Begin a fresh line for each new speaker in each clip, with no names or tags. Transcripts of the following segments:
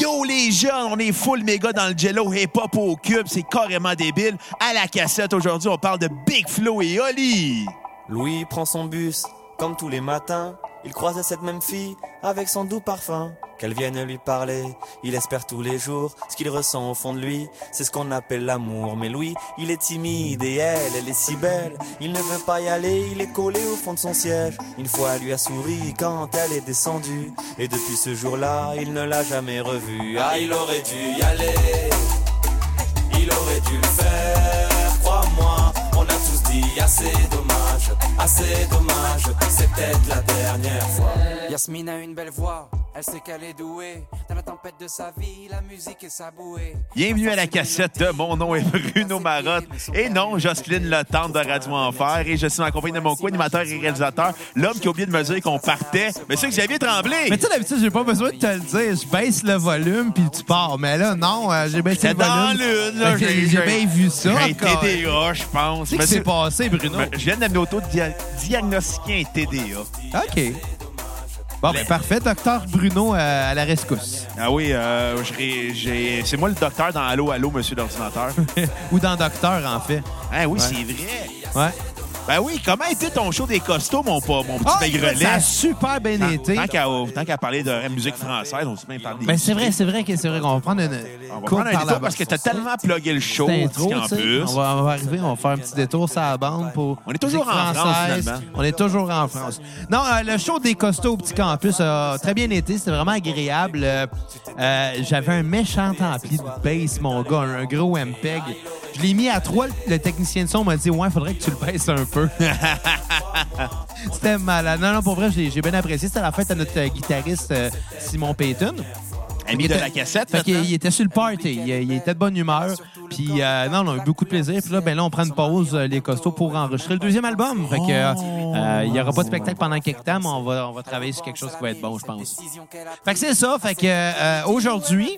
Yo les jeunes, on est full méga dans le jello hip-hop au cube, c'est carrément débile. À la cassette aujourd'hui, on parle de Big Flo et Oli.
Louis prend son bus, comme tous les matins. Il croise cette même fille avec son doux parfum. Qu'elle vienne lui parler, il espère tous les jours ce qu'il ressent au fond de lui. C'est ce qu'on appelle l'amour. Mais Louis, il est timide et elle, elle est si belle. Il ne veut pas y aller, il est collé au fond de son siège. Une fois, elle lui a souri quand elle est descendue. Et depuis ce jour-là, il ne l'a jamais revue. Ah, il aurait dû y aller. Il aurait dû le faire, crois-moi. On a tous dit assez dommage, assez dommage. C'est peut-être la dernière fois.
Yasmine a une belle voix, elle sait qu'elle est douée. Dans la tempête de sa vie, la musique est sa bouée.
Bienvenue à la cassette de Mon nom est Bruno Marotte. Et non, Jocelyne Le Tendre de Radio Enfer. Et je suis en compagnie de mon co-animateur et réalisateur, l'homme qui a oublié de me dire qu'on partait, mais c'est Xavier Tremblay.
Mais tu sais, d'habitude, j'ai pas besoin de te le dire. Je baisse le volume, puis tu pars. Mais là, non, euh, j'ai baissé
C'est
le
dans
volume.
l'une, là,
Fait que J'ai bien vu ça.
J'ai été
encore. Qu'est-ce
TDA, je pense.
qui
Mais
s'est
c'est-
passé, Bruno?
mais Je viens de m'auto-diagnostiquer un TDA.
OK. Bon, ben, parfait. Docteur Bruno euh, à la rescousse.
Ah oui, euh, je ré- j'ai- c'est moi le docteur dans Allô, Allô, monsieur l'ordinateur.
Ou dans Docteur, en fait.
ah oui, c'est vrai.
Ouais.
Ben oui, comment était ton show des costauds, mon, pa- mon petit
Ah,
maigrelet?
ça a super bien
Tant-
été.
Tant qu'à tant qu'à parler de la musique française, on se met par des...
Mais c'est vrai, c'est vrai que c'est vrai qu'on va prendre une
on va
courte
prendre un
par la
détour parce que
bande.
t'as tellement plugué le show,
Cette
petit
intro, tu sais,
campus.
on va, on va arriver, on va faire un petit détour sur la bande pour.
On est toujours
musique
en France,
française.
finalement.
On est toujours en France. Non, euh, le show des costauds au petit campus a très bien été. C'était vraiment agréable. Euh, euh, J'avais un méchant ampli de bass, mon gars, un gros MPEG. Je l'ai mis à 3. Le technicien de son m'a dit Ouais, faudrait que tu le baisses un peu. C'était malade. Non, non, pour vrai, j'ai j'ai bien apprécié. C'était la fête à notre euh, guitariste euh, Simon Payton.
Ami de la cassette,
Fait qu'il
maintenant.
il était sur le party. Il,
ben,
il était de bonne humeur. Puis, euh, non, on a eu beaucoup de plaisir. Puis là, ben là, on prend une pause, euh, les costauds, pour enregistrer le deuxième album. Fait que, euh, euh, il n'y aura pas de spectacle pendant quelques temps, mais on va, on va travailler sur quelque chose qui va être bon, je pense. Fait que c'est ça. Fait que, euh, aujourd'hui,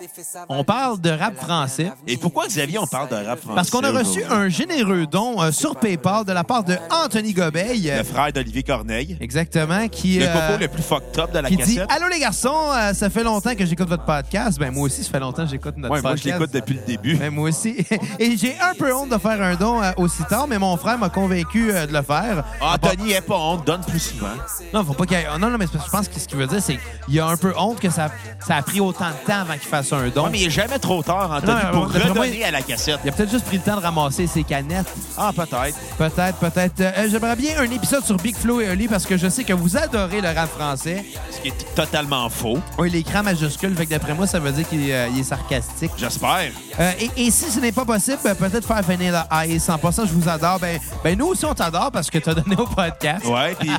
on parle de rap français.
Et pourquoi, Xavier, on parle de rap français?
Parce qu'on a reçu
aujourd'hui?
un généreux don euh, sur PayPal de la part de Anthony Gobeil. euh,
Le frère d'Olivier Corneille.
Exactement. Qui,
Le
euh,
coco le plus fucked up de la
qui dit
cassette.
Allô les garçons, euh, ça fait longtemps que j'écoute votre podcast. Ben moi aussi, ça fait longtemps que j'écoute notre
Ouais, moi,
ah, podcast.
je l'écoute depuis le début.
Ben, moi aussi. Et j'ai un peu honte de faire un don euh, aussi tard, mais mon frère m'a convaincu euh, de le faire.
Anthony, aie Ah, pas honte, donne plus souvent.
Non, faut pas qu'il y ait- oh, Non, non, mais c'est parce que je pense que ce qu'il veut dire, c'est qu'il y a un peu honte que ça, ça a pris autant de temps avant qu'il fasse un don.
Non, mais il est jamais trop tard, Anthony,
Non, mais
pour
d'après moi,
redonner à la cassette.
Il a peut-être juste pris le temps de ramasser ses canettes.
Ah, peut-être.
Peut-être, peut-être. Euh, J'aimerais bien un épisode sur Big Flo et Oli parce que je sais que vous adorez le rap français.
Ce qui est totalement faux.
Oui, l'écran majuscule, fait que d'après moi, ça veut dire qu'il est, euh, il est sarcastique.
J'espère.
Euh, et, et si ce n'est pas possible, ben, peut-être faire venir la Ice. En passant, je vous adore. Ben, ben nous aussi, on t'adore parce que t'as donné au podcast.
Ouais, puis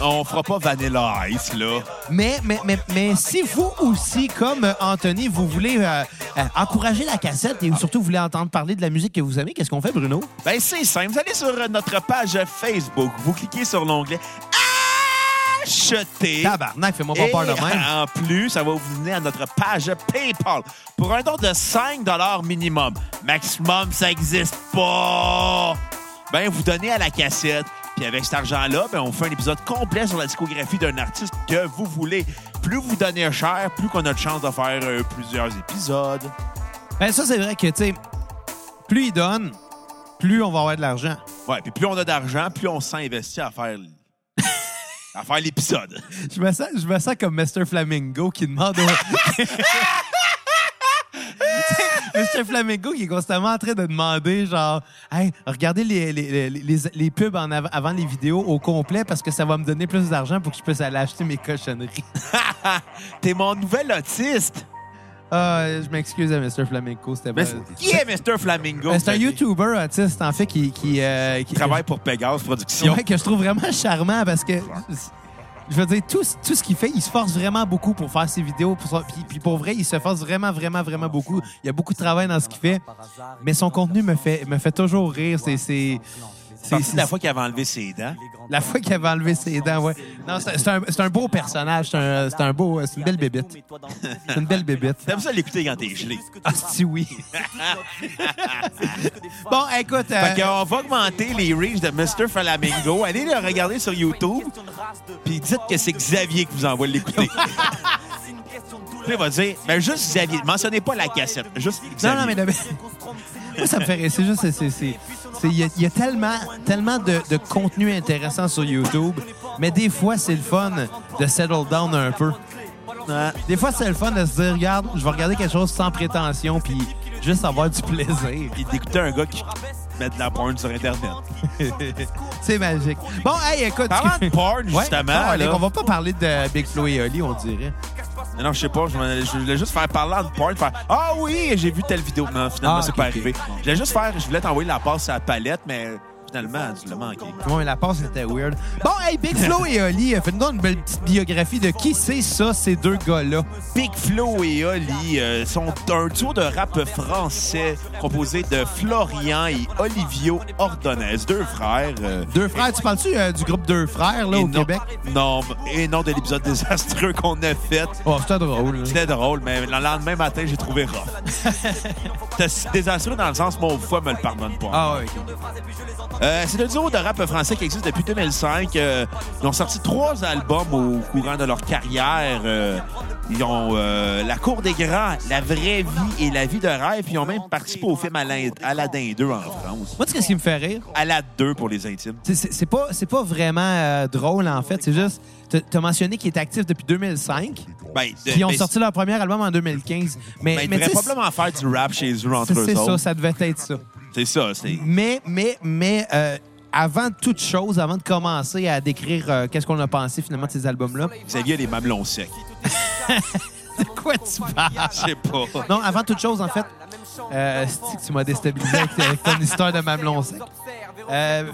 on fera pas Vanilla Ice, là.
Mais, mais, mais, mais si vous aussi, comme euh, Anthony, vous voulez euh, euh, encourager la cassette et surtout vous voulez entendre parler de la musique que vous aimez, qu'est-ce qu'on fait, Bruno?
Ben, c'est simple. Vous allez sur euh, notre page Facebook. Vous cliquez sur l'onglet Acheter.
Tabarnak, fais-moi pas peur de
Et ah.
même.
En plus, ça va vous mener à notre page PayPal pour un don de 5 minimum. Maximum, ça n'existe pas. Ben, vous donnez à la cassette. Puis avec cet argent-là, ben, on fait un épisode complet sur la discographie d'un artiste que vous voulez. Plus vous donnez cher, plus qu'on a de chance de faire euh, plusieurs épisodes.
Ben, ça, c'est vrai que, tu sais, plus il donne, plus on va avoir de l'argent.
Ouais, puis plus on a d'argent, plus on s'investit à faire l- à faire l'épisode.
Je me sens, je me sens comme Mr. Flamingo qui demande au... Mr. Flamingo qui est constamment en train de demander, genre, hey, regardez les, les, les, les- les pubs en av- avant les vidéos au complet parce que ça va me donner plus d'argent pour que je puisse aller acheter mes cochonneries.
T'es mon nouvel autiste.
Ah, je m'excuse à Mr. Flamingo, c'était
Mais
pas.
c'est- qui est Mr. Flamingo?
Mais C'est un
Xavier?
YouTuber autiste, en fait, qui. qui, euh, qui-
Il travaille pour Pégase Productions.
Ouais, que je trouve vraiment charmant parce que. Je veux dire, tout, tout ce qu'il fait, il se force vraiment beaucoup pour faire ses vidéos. Pour, son- puis, puis pour vrai, il se force vraiment, vraiment, vraiment beaucoup. Il y a beaucoup de travail dans ce qu'il fait. Mais son contenu me fait, me fait toujours rire. C'est-
C'est
C'est c'est-
aussi
c'est-
la fois qu'il avait enlevé ses dents.
la fois qu'il avait enlevé ses dents. Ouais. Non, c'est c'est un, c'est un beau personnage. C'est un, c'est un beau. euh, C'est une belle bébite. C'est une belle bébite.
T'aimes ça l'écouter quand t'es gelé.
Ah, si oui. Bon, écoute. euh,
Fait qu'on va augmenter les reaches de Mr. Flamingo. Allez le regarder sur YouTube, puis dites que c'est Xavier qui vous envoie l'écouter. Puis il va dire, ben juste Xavier, mentionnez pas la cassette, juste
Non,
Xavier.
non, mais le- Moi, ça me fait rire. C'est juste, c'est- c'est- c'est- c'est- il y, a- il y a tellement, tellement de, de contenu intéressant sur YouTube, mais des fois, c'est le fun de settle down un peu.
Ouais.
Des fois, c'est le fun de se dire, regarde, je vais regarder quelque chose sans prétention, puis juste avoir du plaisir.
Puis d'écouter un gars qui met de la porn sur Internet.
C'est magique. Bon, hey, écoute.
Parlant de porn,
Ouais,
justement,
non,
là.
on va pas parler de Big Flo et Oli, on dirait.
Mais non, je sais pas, je, m'en allais- je voulais juste faire parler de porn, faire Ah oui, j'ai vu telle vidéo. Non, finalement,
Ah,
c'est
ok,
pas
ok.
arrivé. Je voulais juste faire, je voulais t'envoyer la passe à la palette, mais finalement, tu l'as manqué.
Ouais, mais la passe était weird. Bon, hey, Big Flo et Oli, euh, fais-nous donc une belle petite biographie de qui c'est ça, ces deux gars-là.
Big Flo et Oli euh, sont un tour de rap français composé de Florian et Olivio Ordonez, deux frères. euh,
Deux frères, tu parles-tu euh, du groupe Deux frères, là,
et
au
non-
Québec?
Non, et non de l'épisode désastreux qu'on a fait.
Oh, c'était drôle. là.
C'était drôle, mais le lendemain matin, j'ai trouvé rough. C'était si désastreux dans le sens, mon foie me le pardonne pas.
Ah oui.
Euh, c'est le duo de rap français qui existe depuis 2005. Euh, ils ont sorti trois albums au courant de leur carrière. Euh, ils ont euh, La Cour des Grands, La Vraie Vie et La Vie de Rêve. Puis ils ont même participé au film Alain- Aladdin 2 en France.
Moi, tu sais ce qui me fait rire?
Aladdin 2 pour les intimes.
C'est- C'est c'est pas, c'est pas vraiment euh, drôle, en fait. C'est juste, t'as- t'as mentionné qu'ils étaient actifs depuis 2005,
Ben, de-
puis ils ont
ben,
sorti leur premier album en 2015. Mais,
ben, ils
mais
devraient
tu sais,
probablement faire du rap chez eux entre
c'est
eux
c'est ça,
autres.
ça devait être ça.
C'est ça. c'est-
Mais, mais, mais, euh, avant toute chose, avant de commencer à décrire euh, qu'est-ce qu'on a pensé finalement de ces albums-là,
Xavier a les mamelons secs.
de quoi tu parles?
Je sais pas.
Non, avant toute chose, en fait, euh, c'est que tu m'as déstabilisé avec, avec ton histoire de Mamelon sec. Euh,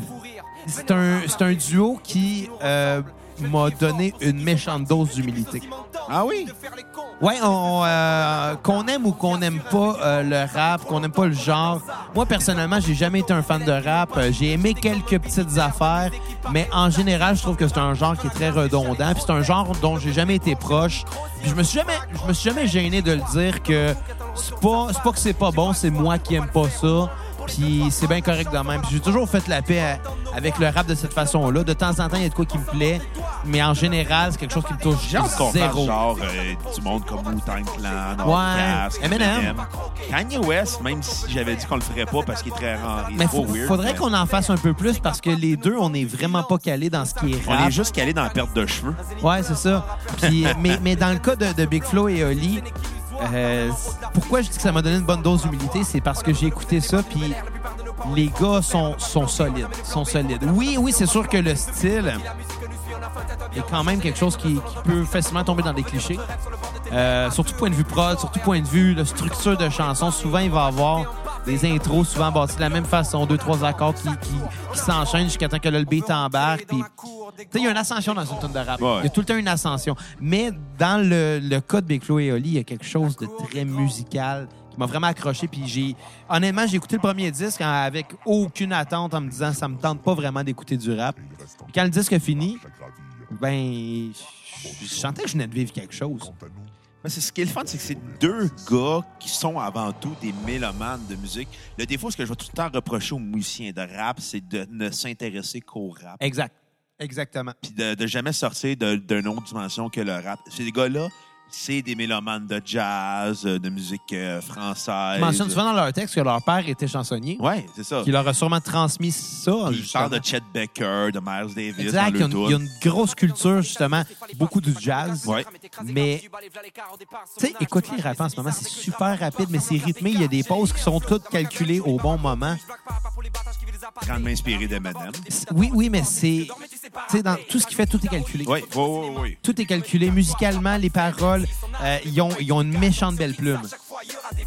c'est un, c'est un duo qui euh, m'a donné une méchante dose d'humilité.
Ah oui?
Ouais, on, euh, qu'on aime ou qu'on n'aime pas euh, le rap, qu'on n'aime pas le genre. Moi, personnellement, j'ai jamais été un fan de rap. Euh, J'ai aimé quelques petites affaires, mais en général, je trouve que c'est un genre qui est très redondant. Puis c'est un genre dont j'ai jamais été proche. Puis je me suis jamais, je me suis jamais gêné de le dire que c'est pas, c'est pas que c'est pas bon, c'est moi qui aime pas ça. Puis c'est bien correct de même. Puis j'ai toujours fait la paix à- avec le rap de cette façon-là. De temps en temps, il y a de quoi qui me plaît, mais en général, c'est quelque chose qui me touche
J'ai hâte qu'on parle
zéro.
genre euh, du monde comme Wu-Tang Clan, Outkast,
Eminem.
Kanye West, même si j'avais dit qu'on le ferait pas parce qu'il est très rare, il est
Mais
trop
faut-
weird.
faudrait
mais
qu'on en fasse un peu plus parce que les deux, on est vraiment pas calés dans ce qui est
On
rap.
est juste calé dans la perte de cheveux.
Ouais, c'est ça. Puis, mais, mais dans le cas de, de Big Flo et Oli, euh, c- pourquoi je dis que ça m'a donné une bonne dose d'humilité, c'est parce que j'ai écouté ça, puis les gars sont, sont solides. sont solides. Oui, oui, c'est sûr que le style est quand même quelque chose qui, qui peut facilement tomber dans des clichés. Euh, surtout point de vue prod, surtout point de vue la structure de chanson. Souvent, il va avoir des intros souvent bâties de la même façon, deux, trois accords qui, qui, qui s'enchaînent jusqu'à temps que le beat embarque. Puis tu sais, il y a une ascension dans une tonne de rap. Il
Ouais.
y a tout le temps une ascension. Mais dans le, le cas de Big Flo et Oli, il y a quelque chose de très musical qui m'a vraiment accroché. Puis j'ai, honnêtement, j'ai écouté le premier disque en- avec aucune attente en me disant ça me tente pas vraiment d'écouter du rap. Puis quand le disque a fini, ben, je sentais que je venais de vivre quelque chose.
Mais c'est ce qui est le fun, c'est que c'est deux gars qui sont avant tout des mélomanes de musique. Le défaut, ce que je vais tout le temps reprocher aux musiciens de rap, c'est de ne s'intéresser qu'au rap.
Exact. Exactement.
Puis de, de jamais sortir de- d'une autre dimension que le rap. Ces gars-là, c'est des mélomanes de jazz, euh, de musique euh, française.
Ils mentionnent souvent dans leur texte que leur père était chansonnier,
Ouais, c'est ça.
qui leur a sûrement transmis ça.
Puis Il
Ah, justement.
parle de Chet Baker, de Miles Davis.
Exact. Il y, a
Dans
une,
le
il y a une grosse culture, justement, beaucoup du jazz.
Ouais.
Mais, tu sais, écoute les rappeurs en ce moment, c'est super rapide, mais c'est rythmé. Il y a des pauses qui sont toutes calculées au bon moment.
grandement inspiré de Madame.
C'est- Oui, oui, mais c'est. Tu sais, dans tout ce qu'il fait, tout est calculé.
Oui, oui, oui, oui.
Tout est calculé musicalement, les paroles, euh, ils, ont, ils ont une méchante belle plume.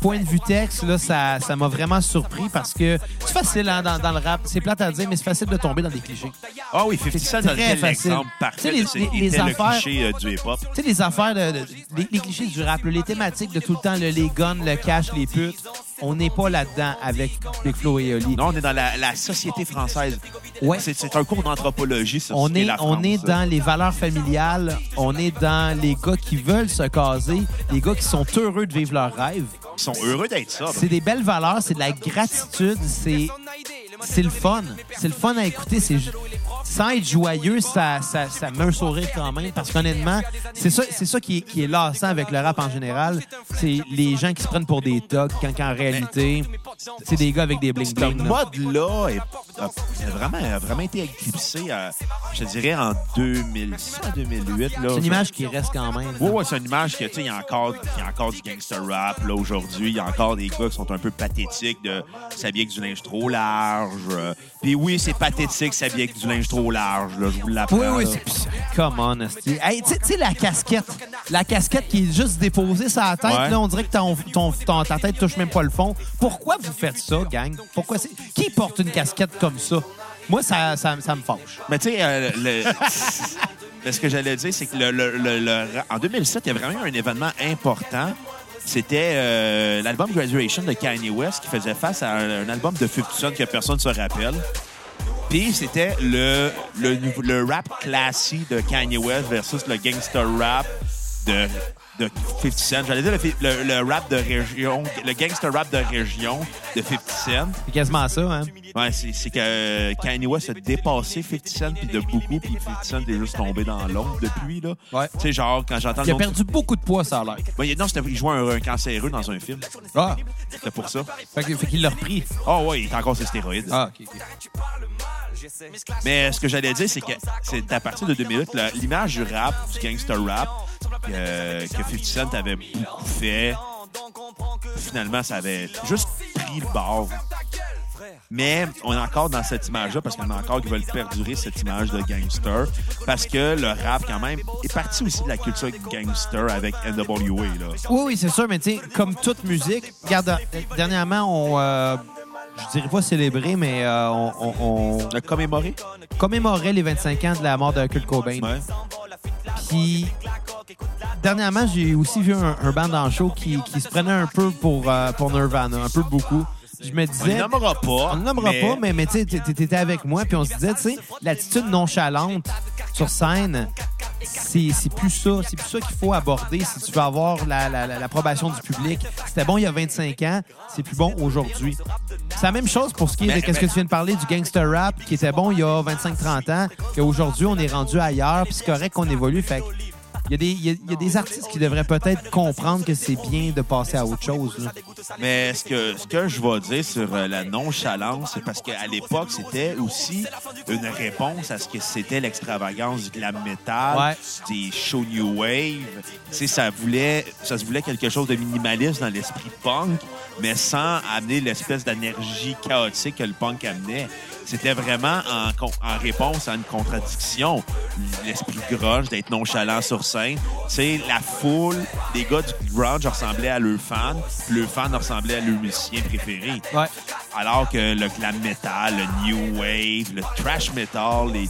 Point de vue texte, là, ça ça m'a vraiment surpris parce que c'est facile hein, dans, dans le rap. C'est plate à dire, mais c'est facile de tomber dans des clichés.
Ah oui, 50 Cent a
très
été
facile.
l'exemple
Tu sais,
parfait
les-
de ce
les-
qu'était
les
le
affaires-
cliché euh, du hip-hop.
Tu sais, les affaires, de- de- les, les clichés du rap, là, les thématiques de tout le temps, là, les guns, le cash, les putes, on n'est pas là-dedans avec Big Flo et Oli.
Non, on est dans la, la société française.
Ouais.
C'est- C'est un cours d'anthropologie, ça.
On
ce qu'est
est,
la France,
on est
ça.
dans les valeurs familiales, on est dans les gars qui veulent se caser, les gars qui sont heureux de vivre leurs rêves.
Ils sont heureux d'être ça.
C'est des belles valeurs, c'est de la gratitude, c'est c'est le fun. C'est le fun à écouter. C'est ju- sans être joyeux, ça, ça, ça me met un sourire quand même. Parce qu'honnêtement, c'est ça, c'est ça qui est, qui est lassant avec le rap en général. C'est les gens qui se prennent pour des tocs quand qu'en réalité, c'est des gars avec des
Ce
bling-bling. là.
mode-là est- a, a vraiment, a vraiment été éclipsé, euh, je dirais, en 2007-2008.
C'est une image qui reste quand même.
Oui, ouais, c'est une image que, tu sais, il y, a encore- il y a encore du gangster rap, là, aujourd'hui. Il y a encore des gars qui sont un peu pathétiques de s'habiller avec du linge trop large. euh. Puis oui, c'est pathétique s'habiller avec du linge trop large, là, je vous l'apprends.
Oui, oui,
là.
c'est pis- Come on, esti. Hey, tu sais- tu sais, la casquette. La casquette qui est juste déposée sur la tête,
Ouais.
là, on dirait que ton, ton- ton- ta tête touche même pas le fond. Pourquoi vous faites ça, gang? Pourquoi c'est. Qui porte une casquette comme ça? Moi, ça, ça, ça me fâche.
Mais tu sais, euh, le- le- ce que j'allais dire, c'est que le, le- le- le- en 2007, il y a vraiment eu un événement important. C'était euh, l'album Graduation de Kanye West qui faisait face à un, un album de 50 Cent que personne ne se rappelle. Puis c'était le, le, nouveau- le rap classique de Kanye West versus le gangster rap de, de 50 Cent. J'allais dire le, fi- le- le rap de région, le gangster rap de région de 50 Cent.
C'est quasiment ça, hein?
Ouais, c'est c'est que euh, Kanye West a dépassé 50 Cent puis de beaucoup, puis 50 Cent est juste tombé dans l'ombre depuis, là.
Ouais.
Tu sais, genre, quand j'entends
Il
le
a
monde...
perdu beaucoup de poids, ça a l'air.
Ouais, non, c'était- il jouait un, un cancéreux dans un film.
Ah!
C'était pour ça.
Fait que- fait qu'il l'a repris.
Ah ouais, il est encore sur stéroïdes.
Ah, OK, OK.
Mais ce que j'allais dire, c'est que c'est à partir de 2008, la- l'image du rap, du gangster rap, euh, que 50 Cent avait beaucoup fait, finalement, ça avait juste pris le bord. Mais on est encore dans cette image-là parce qu'il y en a encore qui veulent perdurer cette image de gangster. Parce que le rap, quand même, est parti aussi de la culture gangster avec NWA. Là.
Oui, oui, c'est sûr, mais tu sais, comme toute musique, regarde, euh, dernièrement, on. euh, je dirais pas célébrer, mais euh, on- on- on
On a commémoré.
commémorait les 25 ans de la mort de Kurt Cobain.
Ouais.
Puis, dernièrement, j'ai aussi vu un, un band en show qui, qui se prenait un peu pour, euh, pour Nirvana, un peu beaucoup. Je me
On ne
disais.
nommera pas.
On ne nommera pas, mais, mais tu sais, t'é- t'étais avec moi, puis on se disait, tu sais, l'attitude nonchalante sur scène, c'est c'est plus ça. C'est plus ça qu'il faut aborder si tu veux avoir la- la- la- l'approbation du public. C'était bon il y a 25 ans, c'est plus bon aujourd'hui. C'est la même chose pour ce qui est
Mais-
de qu'est-ce que
mais-
tu viens de parler du gangster rap, qui était bon il y a 25-30 ans, qu'aujourd'hui, on est rendu ailleurs, puis c'est correct qu'on évolue. Fait que il y, a des, il y a- il y a des artistes qui devraient peut-être comprendre que c'est bien de passer à autre chose. là.
Mais ce que, ce que je vais dire sur euh, la nonchalance, c'est parce qu'à l'époque, c'était aussi une réponse à ce que c'était l'extravagance du glam metal,
Ouais.
des show new wave. Tu sais, ça voulait, ça se voulait quelque chose de minimaliste dans l'esprit punk, mais sans amener l'espèce d'énergie chaotique que le punk amenait. C'était vraiment en, con- en réponse à une contradiction. L'esprit grunge, d'être nonchalant sur scène. Tu sais, la foule, les gars du grunge ressemblaient à leurs fans, puis leurs fans ressemblaient à leurs musiciens préférés.
Ouais.
Alors que le glam metal, le new wave, le trash metal, les...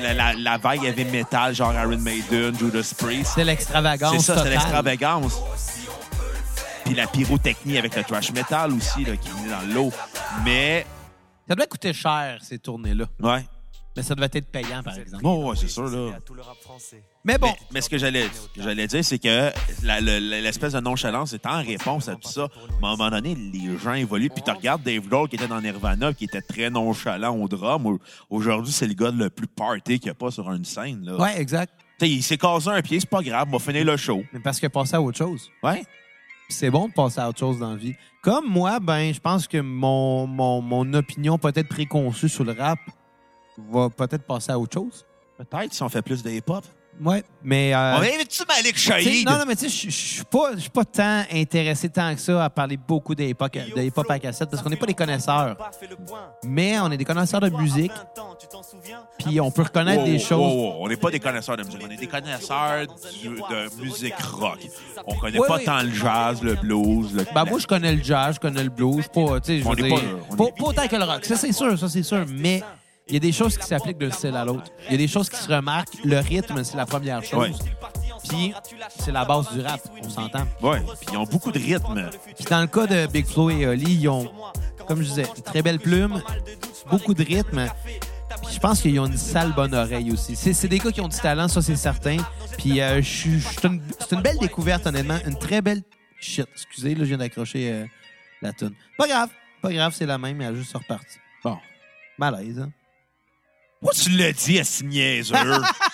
la, la- la vague avait metal, genre Iron Maiden, Judas Priest.
C'est l'extravagance.
C'est ça, c'est
totale.
l'extravagance. Puis la pyrotechnie avec le trash metal aussi, là, qui venait dans l'eau. Mais,
Ça devait coûter cher, ces tournées-là.
ouais.
Mais ça devait être payant, par exemple.
Bon, ouais, c'est sûr, là.
Mais bon,
Mais, mais ce que j'allais ce que j'allais dire, c'est que la- le- le- l'espèce de nonchalance est en réponse à tout ça. Mais à un moment donné, les gens évoluent. Puis tu regardes Dave Grohl qui était dans Nirvana, qui était très nonchalant au drum. Au- Aujourd'hui, c'est le gars le plus party qu'il n'y a pas sur une scène. Là.
ouais, exact.
Tu sais, Il s'est casé un pied, c'est pas grave, on va finir le show.
Mais parce que passer à autre chose.
Ouais.
Puis c'est bon de passer à autre chose dans la vie. Comme moi, ben, je pense que mon, mon, mon opinion peut-être préconçue sur le rap va peut-être passer à autre chose.
Peut-être si on fait plus de hip-hop.
Ouais. Mais. euh,
On invite-tu Malik
tu sais,
Shahid?
non, non, mais tu sais, je- je suis pas, je suis pas tant intéressé tant que ça à parler beaucoup de hip-hop de hip-hop à cassette parce qu'on n'est pas des connaisseurs. Mais on est des connaisseurs de musique, puis on peut reconnaître
Wow,
des
wow,
choses.
wow, On n'est pas des connaisseurs de musique, on est des connaisseurs du- de musique rock. On connaît
Ouais,
pas
ouais.
tant le jazz, le blues, le.
Ben, moi, je connais le jazz, je connais le blues. Pas, tu sais, je
On
veux
est
dire,
pas- on
pas,
est-
pas autant que le rock. Ça, c'est sûr, ça, c'est sûr. Mais il y a des choses qui s'appliquent d'un style à l'autre. Il y a des choses qui se remarquent. Le rythme, c'est la première chose.
Ouais.
Puis, c'est la base du rap, on s'entend.
Ouais, puis ils ont beaucoup de rythme.
Puis, dans le cas de Big Flo et Oli, ils ont, comme je disais, une très belle plume, beaucoup de rythme. Puis, je pense qu'ils ont une sale bonne oreille aussi. C'est c'est des gars qui ont du talent, ça, c'est certain. Puis, euh, je suis- je suis une- c'est une belle découverte, honnêtement. Une très belle. Shit, excusez, là, je viens d'accrocher euh, la toune. Pas grave, pas grave, c'est la même, mais elle a juste reparti. Bon, malaise, hein?
Pourquoi tu l'as dit à ce niaiseux?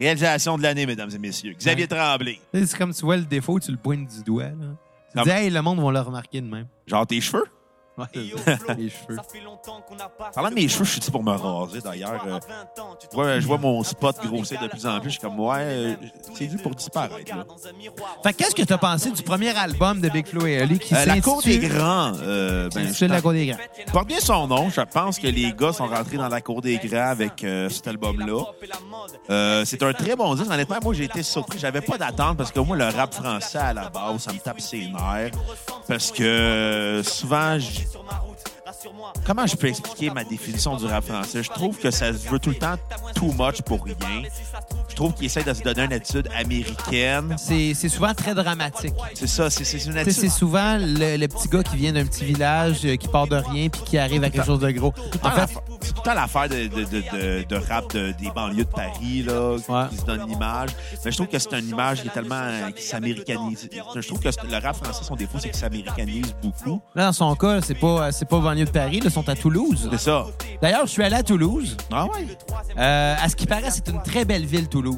Réalisation de l'année, mesdames et messieurs. Xavier
Ouais.
Tremblay.
Tu sais, C'est comme tu vois le défaut, tu le pointes du doigt. Là. Tu
Non,
dis, hey, le monde va le remarquer de même.
Genre tes cheveux?
Ouais,
Hey, yo,
c'est-
Flo,
les cheveux.
ça fait longtemps qu'on n'a pas
Parlant
fait
de mes
le
cheveux, je suis dit pour me raser, d'ailleurs, euh, Je vois, je vois mon spot grossir de plus en plus. Je suis comme, ouais, euh, c'est dû pour disparaître. là.
Fait que qu'est-ce que t'as pensé du premier album de Big Flo et Oli qui
Euh, la cour des
s'intitule-
grands. euh, ben,
s'intitule La Cour des Grands?
je porte bien son nom. Je pense que les gars sont rentrés dans la cour des grands avec euh, cet album-là. Euh, c'est un très bon disque. Honnêtement, moi, j'ai été surpris. J'avais pas d'attente parce que moi, le rap français à la base, ça me tape ses nerfs. Parce que euh, souvent, je- comment je peux expliquer ma définition du rap français? Je trouve que ça se veut tout le temps too much pour rien. Je trouve qu'ils essayent de se donner une attitude américaine.
C'est c'est souvent très dramatique.
C'est ça, c'est- c'est une
Tu sais, C'est
attitude.
souvent le, le petit gars qui vient d'un petit village, euh, qui part de rien, puis qui arrive à quelque chose de gros. En fait,
C'est tout le temps l'affaire de, de- de- de- de rap de- des banlieues de Paris, là,
Ouais.
qui se donne une image. Mais je trouve que c'est une image qui est tellement. euh, qui s'américanise. Je trouve que c'est- le rap français, son défaut, c'est qu'il s'américanise beaucoup.
là, dans son cas, c'est pas, euh, c'est pas banlieue de Paris, là, ils sont à Toulouse.
C'est ça.
D'ailleurs, je suis allé à Toulouse.
Ah ouais?
Euh, à ce qui paraît, c'est une très belle ville, Toulouse.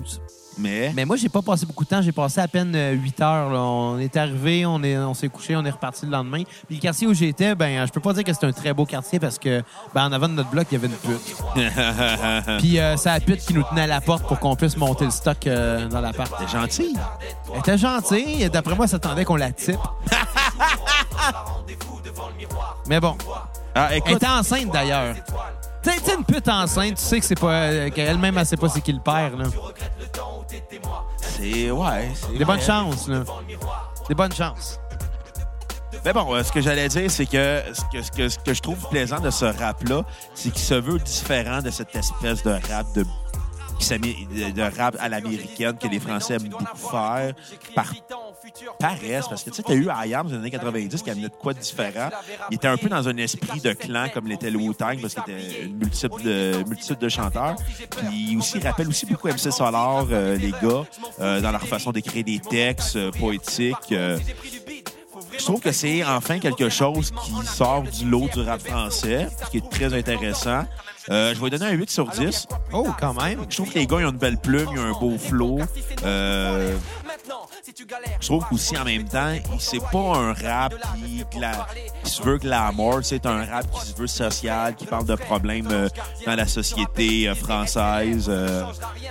Mais.
Mais moi, j'ai pas passé beaucoup de temps. J'ai passé à peine 8 heures. là. On est arrivé, on est, on s'est couché, on est reparti le lendemain. Puis le quartier où j'étais, ben, je peux pas dire que c'était un très beau quartier parce que, ben, en avant de notre bloc, il y avait une pute. Puis euh, c'est la pute qui nous tenait à la porte pour qu'on puisse monter le stock euh, dans l'appart.
T'es gentil.
Elle était gentille. D'après moi, elle s'attendait qu'on la type. Mais bon,
Ah,
elle
écoute,
était enceinte d'ailleurs. Tu sais- tu sais, une pute enceinte, tu sais que c'est pas. euh, Qu'elle-même, elle sait pas c'est qui le père, là.
c'est. Ouais. c'est
Des bonnes
vrai.
chances, là. Des bonnes chances.
Mais bon, euh, ce que j'allais dire, c'est que ce que, ce que ce que je trouve plaisant de ce rap-là, c'est qu'il se veut différent de cette espèce de rap de qui s'amé- de de rap à l'américaine que les Français aiment beaucoup faire par paresse. Parce que tu sais, t'as eu IAM dans les années 90 qui amenait de quoi de différent. Il était un peu dans un esprit de clan comme l'était Wu Tang parce qu'il était une multitude de, multitude de chanteurs. Puis il aussi rappelle aussi beaucoup MC Solar, euh, les gars, euh, dans leur façon d'écrire des textes euh, poétiques. euh, je trouve que c'est enfin quelque chose qui sort du lot du rap français, ce qui est très intéressant. Euh, je vais donner un 8 sur 10.
Oh, quand même.
Je trouve que les gars ils ont une belle plume, ils ont un beau flow. Euh, je trouve qu'aussi en même temps, c'est pas un rap qui, gla- qui se veut glamour, c'est un rap qui se veut social, qui parle de problèmes euh, dans la société euh, française. Euh,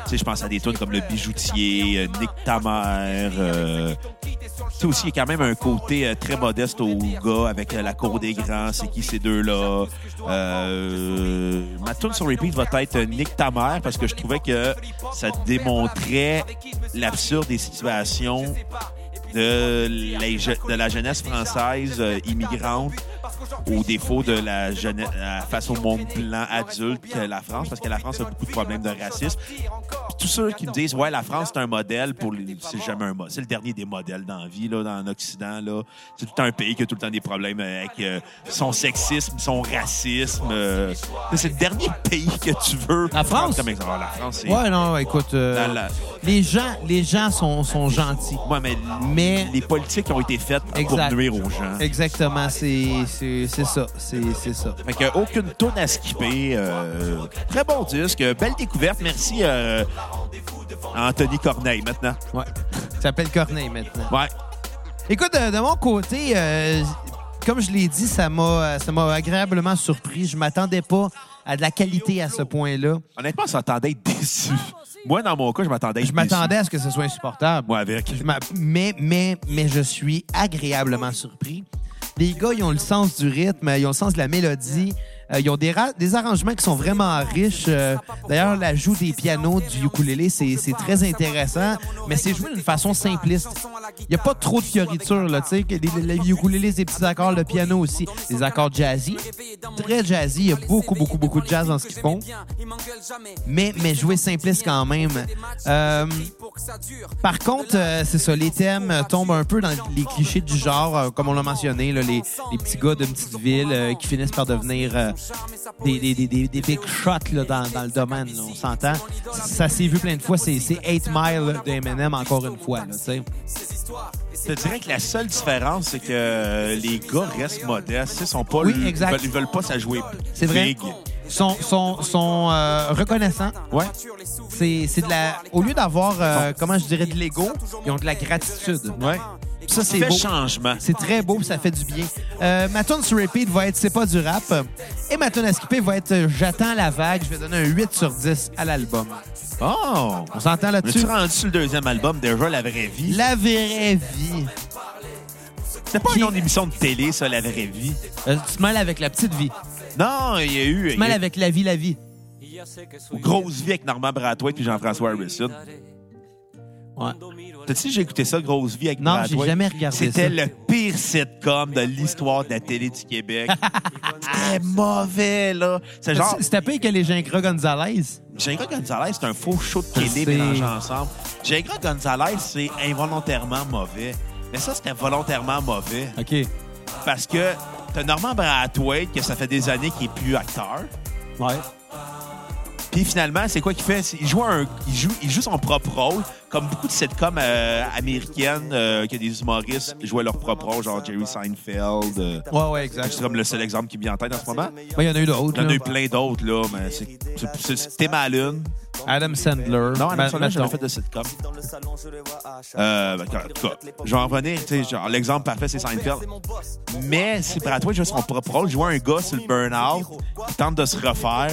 tu sais, je pense à des tunes comme Le Bijoutier, euh, Nick ta mère. euh, tu sais aussi, il y a quand même un côté euh, très modeste au gars avec euh, la cour des grands, c'est qui ces deux-là. Euh, ma tune sur repeat va être euh, Nick ta mère parce que je trouvais que ça démontrait l'absurde des situations de la, je- de la jeunesse française euh, immigrante au défaut de la, jeunesse, la face au monde blanc adulte que la France, parce que la France a beaucoup de problèmes de racisme. Puis tous ceux qui me disent, ouais, la France, c'est un modèle pour les. C'est jamais un modèle. C'est le dernier des modèles dans la vie, là, dans l'Occident, là. C'est tout le temps un pays qui a tout le temps des problèmes avec euh, son sexisme, son racisme. euh. C'est le dernier pays que tu veux. Ah,
La France?
prendre Comme exemple. La France, c'est.
Ouais, non, écoute. euh,
Dans la-
Les gens, les gens sont, sont gentils.
Ouais, mais,
Mais-
les politiques ont été faites
Exact.
pour nuire aux gens.
Exactement, c'est c'est- c'est ça. C'est c'est ça.
Fait que euh, aucune tourne à skipper. euh, très bon disque. euh, Belle découverte. Merci euh, Anthony Corneille maintenant.
Ouais. Ça s'appelle Corneille maintenant.
Ouais.
Écoute, de, de mon côté, euh, comme je l'ai dit, ça m'a euh, ça m'a agréablement surpris. Je m'attendais pas à de la qualité à ce point-là.
Honnêtement, on s'attendait à être déçu. Moi, dans mon cas, je m'attendais à être
Je m'attendais à ce que ce soit insupportable.
Moi, avec.
Je m'a- mais, mais, mais je suis agréablement surpris. Les gars, ils ont le sens du rythme, ils ont le sens de la mélodie. euh, ils ont des, ra- des arrangements qui sont vraiment riches. euh, D'ailleurs, l'ajout des pianos du ukulélé, c'est c'est très intéressant, mais c'est joué d'une façon simpliste. Il n'y a pas trop de fioritures, là, tu sais. que les- Le ukulélé, c'est des petits accords, le piano aussi, des accords jazzy. Très jazzy, il y a beaucoup, beaucoup, beaucoup de jazz dans ce qu'ils font, mais, mais joué simpliste quand même. Euh, par contre, euh, c'est ça, les thèmes euh, tombent un peu dans les clichés du genre, euh, comme on l'a mentionné, là, les, les petits gars d'une petite ville euh, qui finissent par devenir euh, des, des, des, des, des big shots là, dans, dans le domaine, là, on s'entend. Ça s'est vu plein de fois, c'est c'est 8 Mile là, de Eminem encore une fois. Là, tu sais.
Je te dirais que la seule différence, c'est que euh, les gars restent modestes. Ils sont pas,
Oui,
ils
exact.
veulent, ils veulent pas ça jouer.
C'est vrai. Sont, sont, sont euh, reconnaissants.
Ouais.
C'est c'est de la. Au lieu d'avoir, euh, comment je dirais, de l'ego, ils ont de la gratitude.
Ouais.
Ça, c'est
Fait
beau.
changement.
C'est très beau, ça fait du bien. Euh, ma tune sur repeat va être C'est pas du rap. Et ma tune à skipper va être euh, J'attends la vague. Je vais donner un 8 sur 10 à l'album.
Oh!
On s'entend
Mais tu
là-dessus?
rendu sur le deuxième album, déjà, La Vraie Vie.
La vraie vie.
C'était pas
Qui-
une émission de télé, ça, La Vraie Vie.
Euh, tu te mêles avec la petite vie.
Non, il y a eu...
Tu
il y
te
a
mêles
eu
avec la vie, la vie.
une Grosse Vie avec Normand Brathwaite et Jean-François Harrison.
Ouais.
T'as-tu déjà écouté ça, Grosse Vie avec
Non,
Brathwaite?
j'ai jamais regardé ça.
C'était le pire sitcom de l'histoire de la télé du Québec. C'était mauvais, là. C'est genre...
C'était pire que les Gingras Gonzalez.
Gingras Gonzalez, c'est un faux show de
C'est-
télé mélangé ensemble. Gingras Gonzalez, c'est involontairement mauvais. Mais ça, c'était volontairement mauvais.
OK.
Parce que t'as Norman Brathwaite, que ça fait des années qu'il est plus acteur.
Ouais.
Puis finalement, c'est quoi qu'il fait? C'est- Il joue, un, il, joue, il joue son propre rôle, comme beaucoup de sitcoms euh, américaines euh, que des humoristes jouaient leur propre rôle, genre Jerry Seinfeld. euh,
Ouais, ouais,
c'est
exact.
comme le seul exemple qui me vient en tête en ce moment.
Il y en a eu d'autres.
Il y en a
là.
eu plein d'autres, là, mais c'est- c'est- c'est c'est Tim Allen.
Adam Sandler.
Non,
Ma-
Adam Sandler, j'avais
mettons.
fait de sitcom.
Dans le salon, je le vois à chaque
Euh,
fois.
ben, en tout cas, je vais en revenir, tu sais, genre, l'exemple parfait, c'est Seinfeld.
C'est mon boss.
Mais c'est Brathwaite jouait son propre rôle, jouait un gars sur le burn-out, qui tente de se refaire.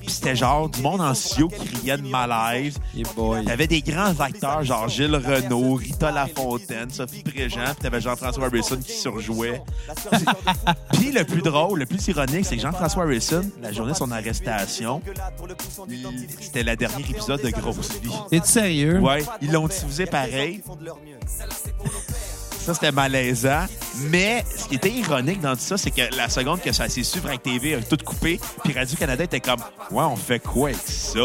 Puis c'était genre du monde en CEO qui riait de malaise.
Hey boy.
T'avais des grands acteurs, genre Gilles Renaud, Rita Lafontaine, Sophie Préjean, puis t'avais Jean-François Harrison qui surjouait. Puis le plus drôle, le plus ironique, c'est que Jean-François Harrison, la journée de son arrestation, il- c'était le dernier épisode de Grosse Vie.
T'es-tu sérieux?
Ouais, ils l'ont diffusé pareil. Ça, c'était malaisant. Mais ce qui était ironique dans tout ça, c'est que la seconde que ça s'est su, Vrac TV a tout coupé, puis Radio-Canada était comme « Ouais, on fait quoi avec ça?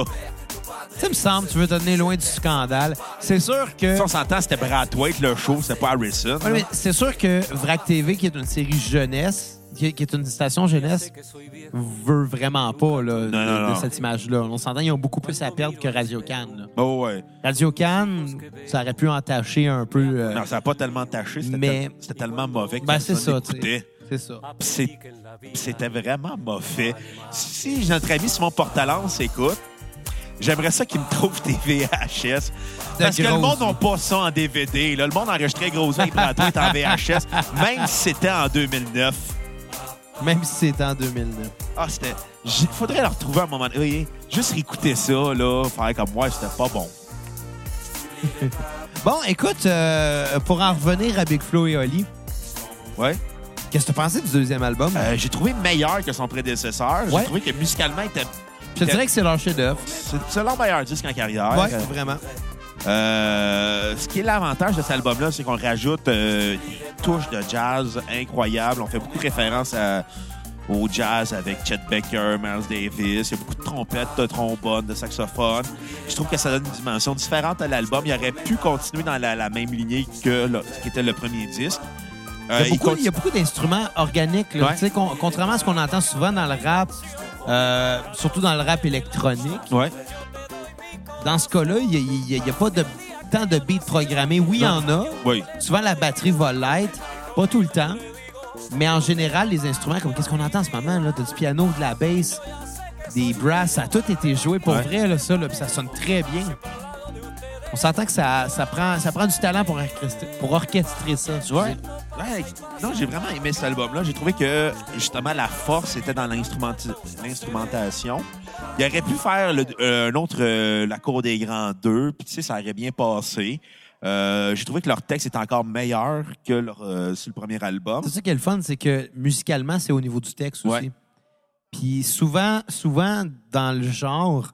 Ça me semble, tu veux te tenir loin du scandale. C'est sûr » que.
Si on s'entend, c'était Brathwaite, le show, c'était pas Harrison.
Ouais, mais c'est sûr que Vrac TV, qui est une série jeunesse, qui, qui est une station jeunesse, veut vraiment pas là, de,
non,
de
non.
cette image-là. On s'entend, ils ont beaucoup plus à perdre que Radio Cannes.
Oh, ouais.
Radio Cannes, ça aurait pu entacher un peu. euh,
Non, ça n'a pas tellement taché. C'était
Mais-
tel- c'était tellement mauvais que
ben, c'est
personne
ça, tu sais.
n'écoutait.
C'est ça.
Puis c'est- C'était vraiment mauvais. Si notre ami Simon Portalance écoute, j'aimerais ça qu'il me trouve tes VHS. Parce que le
grosses
monde
vies.
n'a pas ça en DVD. là. Le monde enregistrait Grosse Vie pour la est en VHS, même si c'était en 2009.
Même si c'était en 2009.
Ah, c'était... j- Faudrait le retrouver à un moment donné. Oui, Juste réécouter ça, là, faire comme moi, c'était pas bon.
Bon, écoute, euh, pour en revenir à Big Flo et Oli,
Ouais.
qu'est-ce que tu pensais du deuxième album?
Euh, J'ai trouvé meilleur que son prédécesseur. J'ai
Ouais.
trouvé que musicalement, il était...
Je te dirais que c'est leur chef-d'œuvre.
C'est c'est leur meilleur disque en carrière.
Ouais, vraiment.
Euh, ce qui est l'avantage de cet album-là, c'est qu'on rajoute euh, une touche de jazz incroyable. On fait beaucoup de référence à- au jazz avec Chet Baker, Miles Davis. Il y a beaucoup de trompettes, de trombones, de saxophones. Je trouve que ça donne une dimension différente à l'album. Il aurait pu continuer dans la, la même lignée que le- ce qui était le premier disque. Euh,
Il y a beaucoup,
continue-
il y a beaucoup d'instruments organiques. là.
Ouais.
Tu sais, con- contrairement à ce qu'on entend souvent dans le rap, euh, surtout dans le rap électronique,
Ouais.
dans ce cas-là, il n'y a, pas de, tant de beats programmés. Oui, il y en a.
Oui.
Souvent, la batterie va l'être. Pas tout le temps. Mais en général, les instruments, comme qu'est-ce qu'on entend en ce moment, là, T'as du piano, de la bass, des brass, ça a tout été joué pour
Ouais.
vrai, là, ça, là, puis ça sonne très bien. On s'entend que ça, ça, prend, ça prend du talent pour orchestrer, pour orchestrer ça.
Ouais. Ouais, non, j'ai vraiment aimé cet album-là. J'ai trouvé que, justement, la force était dans l'instrumenti- l'instrumentation. Il aurait pu faire le- euh, un autre euh, La Cour des Grands 2, puis tu sais, ça aurait bien passé. Euh, j'ai trouvé que leur texte est encore meilleur que leur, euh, sur le premier album.
C'est ça qui est le fun, c'est que musicalement, c'est au niveau du texte aussi.
Ouais.
Puis souvent, souvent, dans le genre,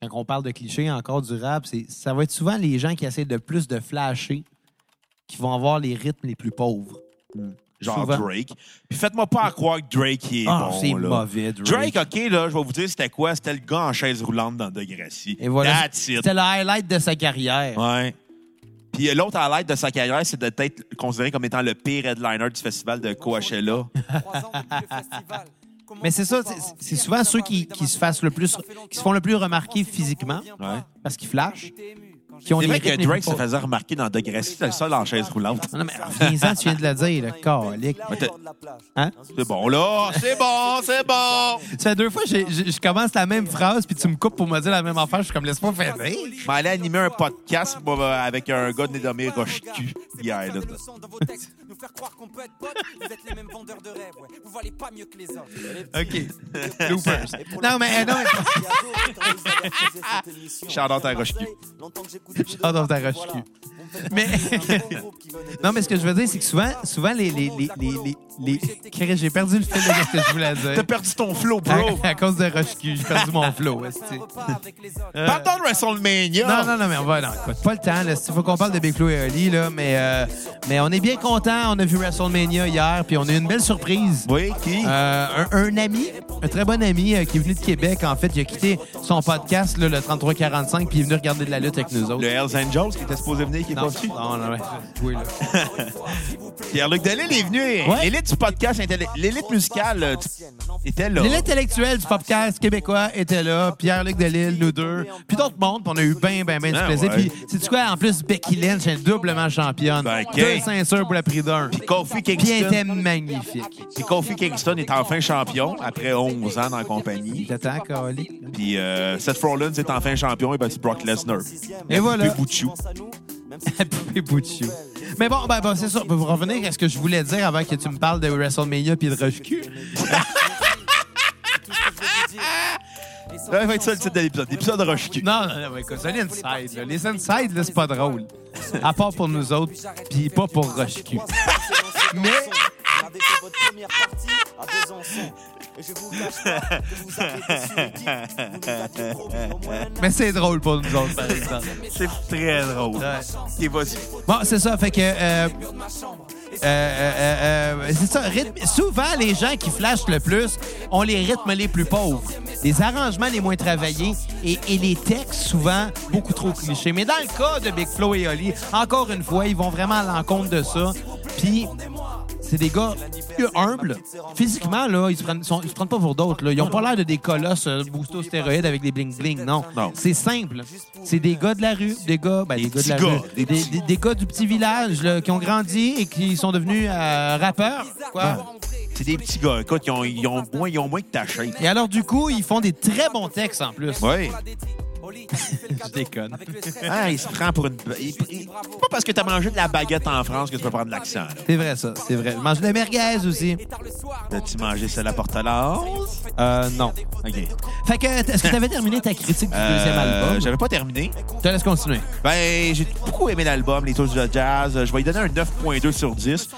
quand on parle de clichés encore du rap, c'est- ça va être souvent les gens qui essaient de plus de flasher qui vont avoir les rythmes les plus pauvres.
Genre
souvent.
Drake. Puis faites-moi pas à croire que Drake il est
Ah,
bon.
c'est
là.
mauvais, Drake.
Drake, OK, là, je vais vous dire c'était quoi. C'était le gars en chaise roulante dans Degrassi.
Et voilà.
That's it.
C'était le highlight de sa carrière.
Ouais. Puis euh, l'autre highlight de sa carrière, c'est de être considéré comme étant le pire headliner du festival de Coachella.
Mais c'est ça, c'est- c'est souvent ceux qui, qui se fassent le plus, qui se font le plus remarquer physiquement
Ouais.
parce qu'ils flashent. qui ont
C'est
des
vrai que
rythmes les
Drake
plus
se faisait remarquer dans Degrassi, c'est le seul en chaise roulante.
Non, mais reviens-en, tu viens de le dire, le calique. Hein?
C'est bon, là. C'est bon, c'est bon.
Ça fait deux fois, j'ai- j'ai- je commence la même phrase, puis tu me coupes pour me dire la même affaire. Je suis comme, laisse-moi faire.
ben, Je m'allais animer un podcast moi, avec un gars de Nédomé Rochecu hier. là.
Nous faire croire qu'on peut être potes, vous êtes les mêmes vendeurs de rêves, ouais. Vous valez pas mieux que les autres.
OK. Loopers. Non, mais euh, non.
Shout-out à Roche-Cul.
Shout-out à Roche-Cul. Mais- Non, mais ce que je veux dire, c'est que souvent, souvent les. les, les, les, les, les- Chris, J'ai perdu le fil de ce que je voulais
T'as
dire.
perdu ton flow, bro.
À, à cause de Roche-Q, j'ai perdu mon flow. esti. Euh,
Parlons de WrestleMania.
Non, non, non, mais on va, non, écoute, pas le temps. là. Il faut qu'on parle de Big Flo et Oli, là, mais, euh, mais on est bien content. On a vu WrestleMania hier, puis on a eu une belle surprise.
Oui, qui?
Euh, un, un ami, un très bon ami euh, qui est venu de Québec, en fait, il a quitté son podcast, là, le 3345, puis il est venu regarder de la lutte avec nous autres.
Le Hells Angels qui était supposé venir, qui est
Non,
pas venu.
non, non, ouais, oui, là.
Pierre-Luc Delisle est venu.
Ouais.
L'élite du podcast, était- l'élite musicale euh, tu- était là.
L'élite intellectuelle du podcast québécois était là, Pierre-Luc Delisle, nous deux, puis d'autres mondes, puis on a eu bien, bien, bien
Ah,
du plaisir.
ouais.
Puis, sais-tu quoi, en plus, Becky Lynch est doublement championne.
Ben, ok.
Deux ceintures pour la prix d'un. Puis
Kofi
elle était
Kingston.
magnifique.
Puis Kofi Kingston est enfin champion après 11 ans dans la compagnie.
T'attends, Carly.
Puis euh, Seth Rollins est enfin champion et ben c'est Brock Lesnar.
Et voilà.
Puis Butchou.
La poupée Bouchou. Mais bon, ben, ben, c'est ça. Pour revenir à ce que je voulais dire avant que tu me parles de WrestleMania puis de Rushku.
Ça va être ça le titre de l'épisode. L'épisode de Roche Q.
Non, non, non, mais écoute, c'est l'inside. là. Les insides, là, c'est pas drôle. À part pour nous autres, puis pas pour Rushku.
Mais. votre première partie à Besançon. Et je vous cache pas que vous avez été sur le kick. Vous nous aviez promis au moins un
Mais c'est drôle pour nous autres, par exemple.
C'est très drôle. Et vas-y.
Bon, c'est ça. Fait que. euh, euh, euh, euh, c'est ça. rythme- souvent, les gens qui flashent le plus ont les rythmes les plus pauvres, les arrangements les moins travaillés et, et les textes souvent beaucoup trop clichés. Mais dans le cas de Big Flo et Oli, encore une fois, ils vont vraiment à l'encontre de ça. Puis. C'est des gars eux, humbles. Physiquement, là, ils se prennent, sont- ils se prennent pas pour d'autres. là. Ils ont pas l'air de des colosses euh, boostos-stéroïdes avec des bling-bling, non.
Non.
C'est simple. C'est des gars de la rue, des gars, ben, des gars de la
petits
rue.
gars, des
Des-
petits
des- des gars du petit village là, qui ont grandi et qui sont devenus euh, rappeurs. Quoi.
C'est des petits gars. Écoute, ils ont, ils ont moins, ils ont moins que ta chaîne.
Et alors, du coup, ils font des très bons textes en plus.
Oui.
Je déconne.
Ah, il se prend pour une. il- il- C'est pas parce que t'as mangé de la baguette en France que tu peux prendre de l'accent. là.
C'est vrai, ça. C'est vrai. Je mange de la merguez aussi.
T'as-tu mangé celle à Portelance?
Euh, non.
OK.
Fait que, t- est-ce que t'avais terminé ta critique du deuxième
Euh,
album?
J'avais pas terminé.
Je te laisse continuer.
Ben, j'ai beaucoup aimé l'album, les touches de jazz. Euh, Je vais lui donner un 9.2 sur 10.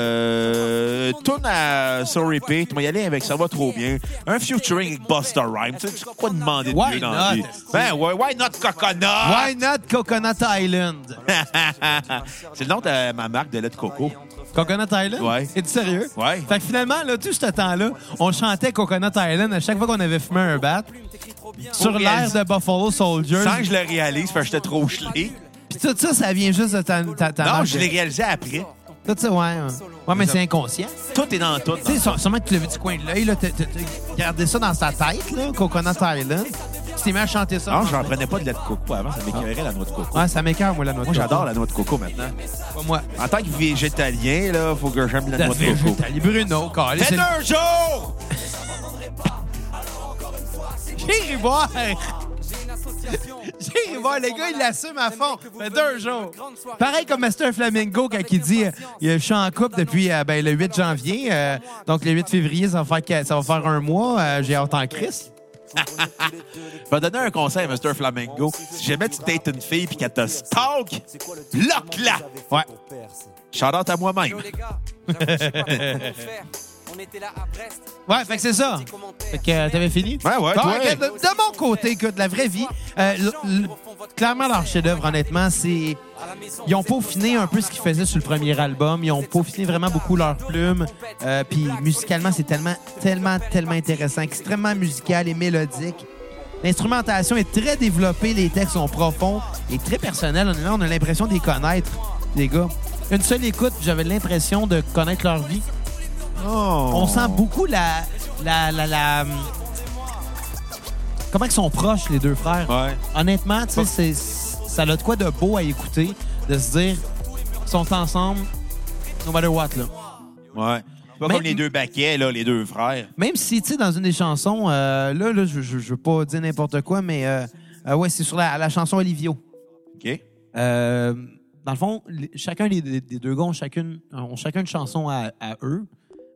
Euh, tourne à sur repeat. Moi, y aller avec ça va trop bien. Un featuring avec Buster Rhymes. Tu sais, tu peux pas demander de
Why
mieux dans
not?
la vie. Ben, why, why not Coconut?
Why not Coconut Island?
C'est le nom de ma marque de lait de coco.
Coconut Island?
Ouais.
C'est sérieux?
Ouais.
Fait que finalement, là, tout ce temps-là, on chantait Coconut Island à chaque fois qu'on avait fumé un bat sur l'air de Buffalo Soldiers.
Oh, Sans que je le réalise, parce que j'étais trop gelé.
Puis tout ça, ça vient juste de ta, ta, ta
Non,
marque
je
de-
l'ai réalisé après.
Tout ça, ouais. ouais. Ouais, mais c'est inconscient.
Tout est dans tout.
Tu sais, sû- sûrement que tu l'as vu du coin de l'œil, là. t'as- t'as- t'as gardé ça dans sa tête, là, Coconut Island. Tu t'es mis à chanter ça.
Non, je n'en prenais pas de lait de coco avant. Ça m'écœurait la noix de coco.
Ouais, ça m'écœure, moi, la noix de
Moi,
coco.
j'adore la noix de coco maintenant.
Pas moi.
En tant que végétalien, là, faut que j'aime la noix de coco.
T'as les Bruno, calé.
Faites un jour!
J'ai ri voir. J'ai ri voir. Le gars, il l'assume à fond. Fait deux jours. Pareil comme Master Flamingo quand il dit euh, Je suis en couple depuis euh, ben, le 8 janvier. euh, donc, le 8 février, ça va faire, que- ça va faire un mois. euh, J'ai hâte en Christ.
Je vais donner un conseil à Mr. Flamingo. Si jamais tu dates une fille puis qu'elle te stalk, bloque-la!
Ouais.
Shout-out à moi-même.
Ouais, fait que c'est ça. Fait que euh, t'avais fini?
Ouais, ouais,
Bon,
toi.
ok, de, de mon côté, que de la vraie vie, euh, l- l- clairement, leur chef-d'œuvre, honnêtement, c'est. Ils ont peaufiné un peu ce qu'ils faisaient sur le premier album. Ils ont peaufiné vraiment beaucoup leurs plumes. Euh, Puis musicalement, c'est tellement, tellement, tellement intéressant, extrêmement musical et mélodique. L'instrumentation est très développée, les textes sont profonds et très personnels. Honnêtement, on a l'impression de les connaître, les gars. Une seule écoute, j'avais l'impression de connaître leur vie. On sent beaucoup la. la, la, la- Comment ils sont proches, les deux frères?
Ouais.
Honnêtement, tu sais, c'est- ça a de quoi de beau à écouter, de se dire, ils sont ensemble, no matter what, là.
Ouais. C'est pas
Mais-
comme les deux baquets, là, les deux frères.
Même si, tu sais, dans une des chansons, euh, là, là, je, je, je veux pas dire n'importe quoi, mais euh, euh, ouais, c'est sur la, la chanson Olivio.
OK?
Euh, dans le fond, les- chacun des, des- des deux gars ont chacune, ont chacun une chanson à, à eux.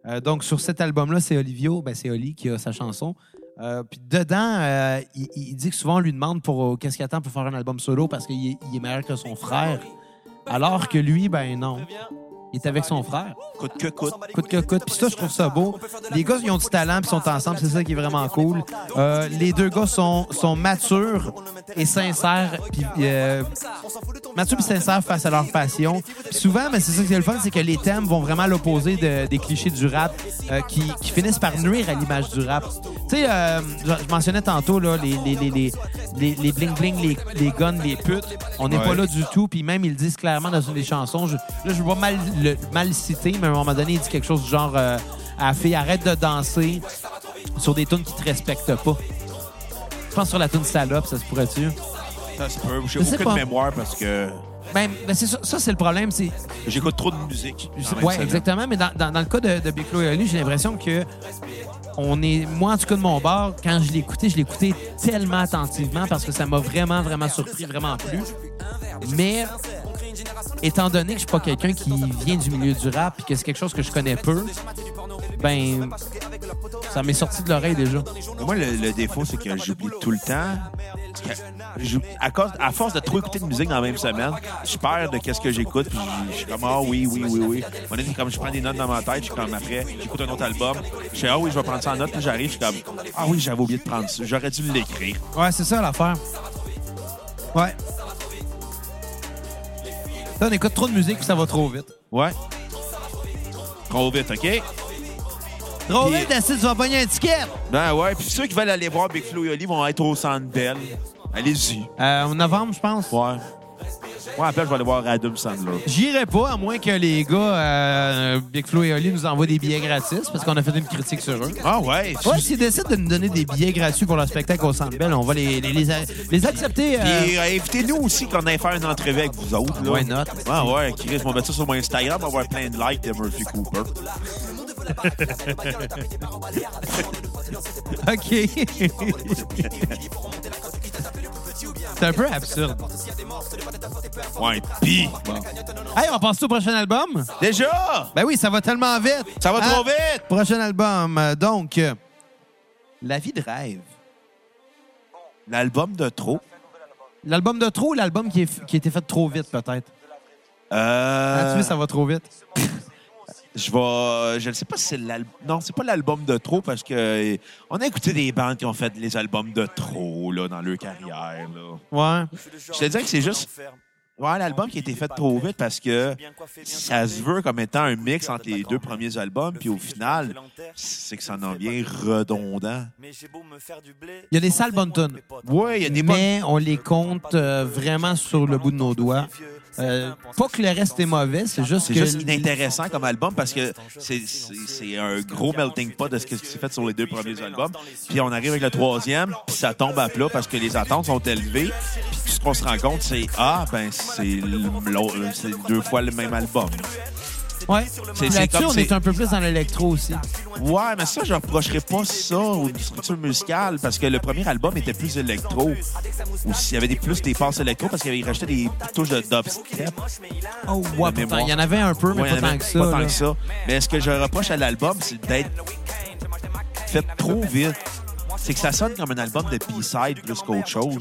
Euh, donc, sur cet album-là, c'est Olivio, ben, c'est Oli qui a sa chanson. Euh, puis dedans, euh, il, il dit que souvent on lui demande pour euh, qu'est-ce qu'il attend pour faire un album solo parce qu'il est, il est meilleur que son frère. Alors que lui, ben non, il est avec son frère.
Coûte que coûte.
Coûte que coûte. Puis ça, je trouve ça beau. Les gars, ils ont du talent, puis ils sont ensemble. C'est ça qui est vraiment cool. Euh, les deux gars sont, sont matures et sincères. Puis, euh, matures et sincères face à leur passion. Puis souvent, mais c'est ça qui est le fun, c'est que les thèmes vont vraiment à l'opposé de- des clichés du rap euh, qui, qui finissent par nuire à l'image du rap. Tu sais, euh, je, je mentionnais tantôt là, les, les, les, les, les, les bling-bling, les, les guns, les putes. On n'est pas
Ouais.
là du tout. Puis même, ils le disent clairement dans une des chansons. Je, là, je vois mal le mal le citer, mais à un moment donné, il dit quelque chose du genre euh, à la fille, arrête de danser sur des tunes qui te respectent pas. Je pense sur la tune salope, ça se pourrait-tu?
Ça se peut. J'ai
Je sais
aucune
pas.
mémoire parce que
Ben, ben, c'est ça, ça c'est le problème. C'est,
j'écoute trop de musique. dans la même
ouais,
semaine.
exactement. Mais dans, dans- dans le cas de, de Big Flo et Oli, j'ai l'impression que on est, moi, en tout cas de mon bord, quand je l'écoutais, je l'écoutais tellement attentivement parce que ça m'a vraiment, vraiment surpris, vraiment plu. Mais étant donné que je suis pas quelqu'un qui vient du milieu du rap et que c'est quelque chose que je connais peu, ben, ça m'est sorti de l'oreille déjà.
Moi, le, le défaut, c'est que j'oublie tout le temps. Je- à, cause, à force de trop écouter de musique dans la même semaine, je perds de qu'est-ce que j'écoute. Puis je- je suis comme, ah oui, oui, oui, oui. À un moment donné, comme je prends des notes dans ma tête, je suis comme, après, j'écoute un autre album. Je fais, ah oui, je vais prendre ça en note. Puis j'arrive, je suis comme, ah oui, j'avais oublié de prendre ça. J'aurais dû l'écrire.
Ouais, c'est ça l'affaire. Ouais. Là, on écoute trop de musique puis ça va trop vite.
Ouais. Trop vite, OK?
Trop
Puis-
vite, assis, tu vas pogner un ticket.
Ben ouais. Puis ceux qui veulent aller voir Big Flo et Oli vont être au Centre Bell. Allez-y.
Euh, en novembre, je pense.
Ouais. Moi, après, je vais aller voir Adam Sandler.
J'irai pas, à moins que les gars, euh, Big Flo et Oli, nous envoient des billets gratis parce qu'on a fait une critique sur eux.
Ah ouais.
Ouais, s'ils décident de nous donner des billets gratuits pour leur spectacle au Centre Bell, on va les, les, les, a- les accepter. euh,
Puis euh, invitez-nous aussi qu'on aille faire une entrevue avec vous autres. Là.
Why not?
Ah ouais, Chris, on va mettre ça sur mon Instagram, on va avoir plein de likes de Murphy Cooper.
OK. C'est un peu absurde.
Ouais, pis.
Hey, on passe au prochain album?
Déjà!
Ben oui, ça va tellement vite.
Ça va
Hein?
trop vite!
Prochain album, euh, donc, euh, La vie de rêve.
L'album de trop.
L'album de trop ou l'album qui, est- qui a été fait trop vite, peut-être? Ah,
Euh.
tu sais, ça va trop vite.
Je vais. Je ne sais pas si c'est l'album. Non, c'est pas l'album de trop parce que euh, on a écouté des bandes qui ont fait les albums de trop là, dans leur carrière. Là.
Ouais.
Je te dirais que c'est juste- euh, Ouais, l'album qui a été fait trop vite parce que ça se veut comme étant un mix entre les deux premiers albums, puis au final, c'est que ça en vient redondant.
Il y a des sales bonnes tunes.
Ouais, il y a des bonnes-
Mais on les compte euh, vraiment sur le bout de nos doigts. Euh, pas que le reste est mauvais, c'est juste
C'est
que...
juste inintéressant comme album parce que c'est- c'est c'est un gros melting pot de ce qui s'est fait sur les deux premiers albums. Puis on arrive avec le troisième, puis ça tombe à plat parce que les attentes sont élevées. Puis ce qu'on se rend compte, c'est Ah, ben c'est l'au- euh, c'est deux fois le même album.
Ouais.
c'est
Là-dessus,
comme
on
c'est-
est un peu plus dans l'électro aussi.
Ouais, mais ça, je reprocherais pas ça aux structures musicales parce que le premier album était plus électro. Ou s'il y avait des, plus des passes électro parce qu'il rajoutait des touches de dubstep. Ah
Oh, ouais,
De
pourtant,
mémoire.
il y en avait un peu, mais
Ouais,
pas
il y en
tant
a
que ça.
Pas tant
là.
que ça. Mais ce que je reproche à l'album, c'est d'être fait trop vite. C'est que ça sonne comme un album de B-side plus qu'autre chose.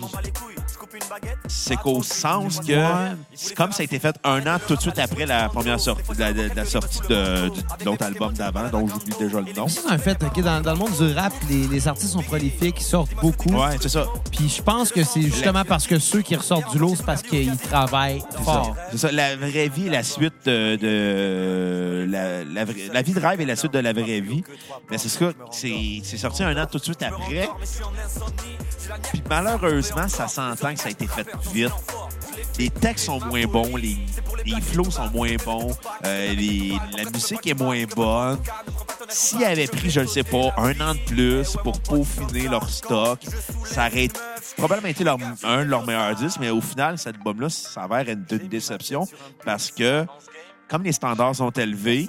C'est qu'au sens que,
Ouais.
c'est comme ça a été fait un an tout de suite après la première sortie, la, la- la sortie de, du- de l'autre album d'avant, dont j'oublie déjà le nom.
Ça, C'est un fait, OK, dans, dans le monde du rap, les, les artistes sont prolifiques, ils sortent beaucoup.
Ouais, c'est ça.
Puis je pense que c'est justement parce que ceux qui ressortent du lot, c'est parce qu'ils travaillent
C'est ça.
fort.
C'est ça. La vraie vie est la suite de, de- la, la vraie- la vie de rêve est la suite de la vraie vie. Mais c'est ça, c'est c'est sorti un an tout de suite après. Puis malheureusement, ça s'entend que ça a été fait vite. Les textes sont moins bons, les, les flows sont moins bons, euh, les- la musique est moins bonne. S'ils avaient pris, je ne sais pas, un an de plus pour peaufiner leur stock, ça aurait probablement été leur, un de leurs meilleurs disques, mais au final, cet album-là s'avère être une déception parce que, comme les standards sont élevés,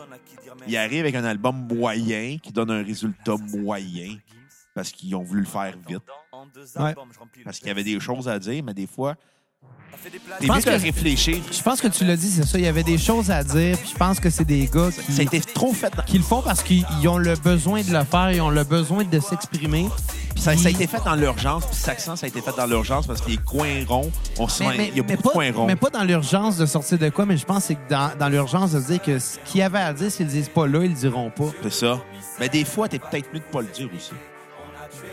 ils arrivent avec un album moyen qui donne un résultat moyen parce qu'ils ont voulu le faire vite.
Ouais.
Parce qu'il y avait des choses à dire, mais des fois, t'es
Je pense
mieux de
que-
réfléchir.
Je pense que tu l'as dit, c'est ça. Il y avait des choses à dire. puis je pense que c'est des gars qui,
C'était trop fait.
qui le font parce qu'ils ils ont le besoin de le faire, ils ont le besoin de s'exprimer. Puis
Ça, ça a été fait dans l'urgence. Puis Saxon, ça a été fait dans l'urgence parce que les coins ronds, on sent.
mais, mais-
il y a
mais
beaucoup de coins
pas,
ronds.
mais pas dans l'urgence de sortir de quoi, mais je pense que c'est que dans, dans l'urgence de se dire que ce qu'il y avait à dire, s'ils le disent pas là, ils le diront pas.
C'est ça. Mais des fois, t'es peut-être mieux de pas le dire aussi.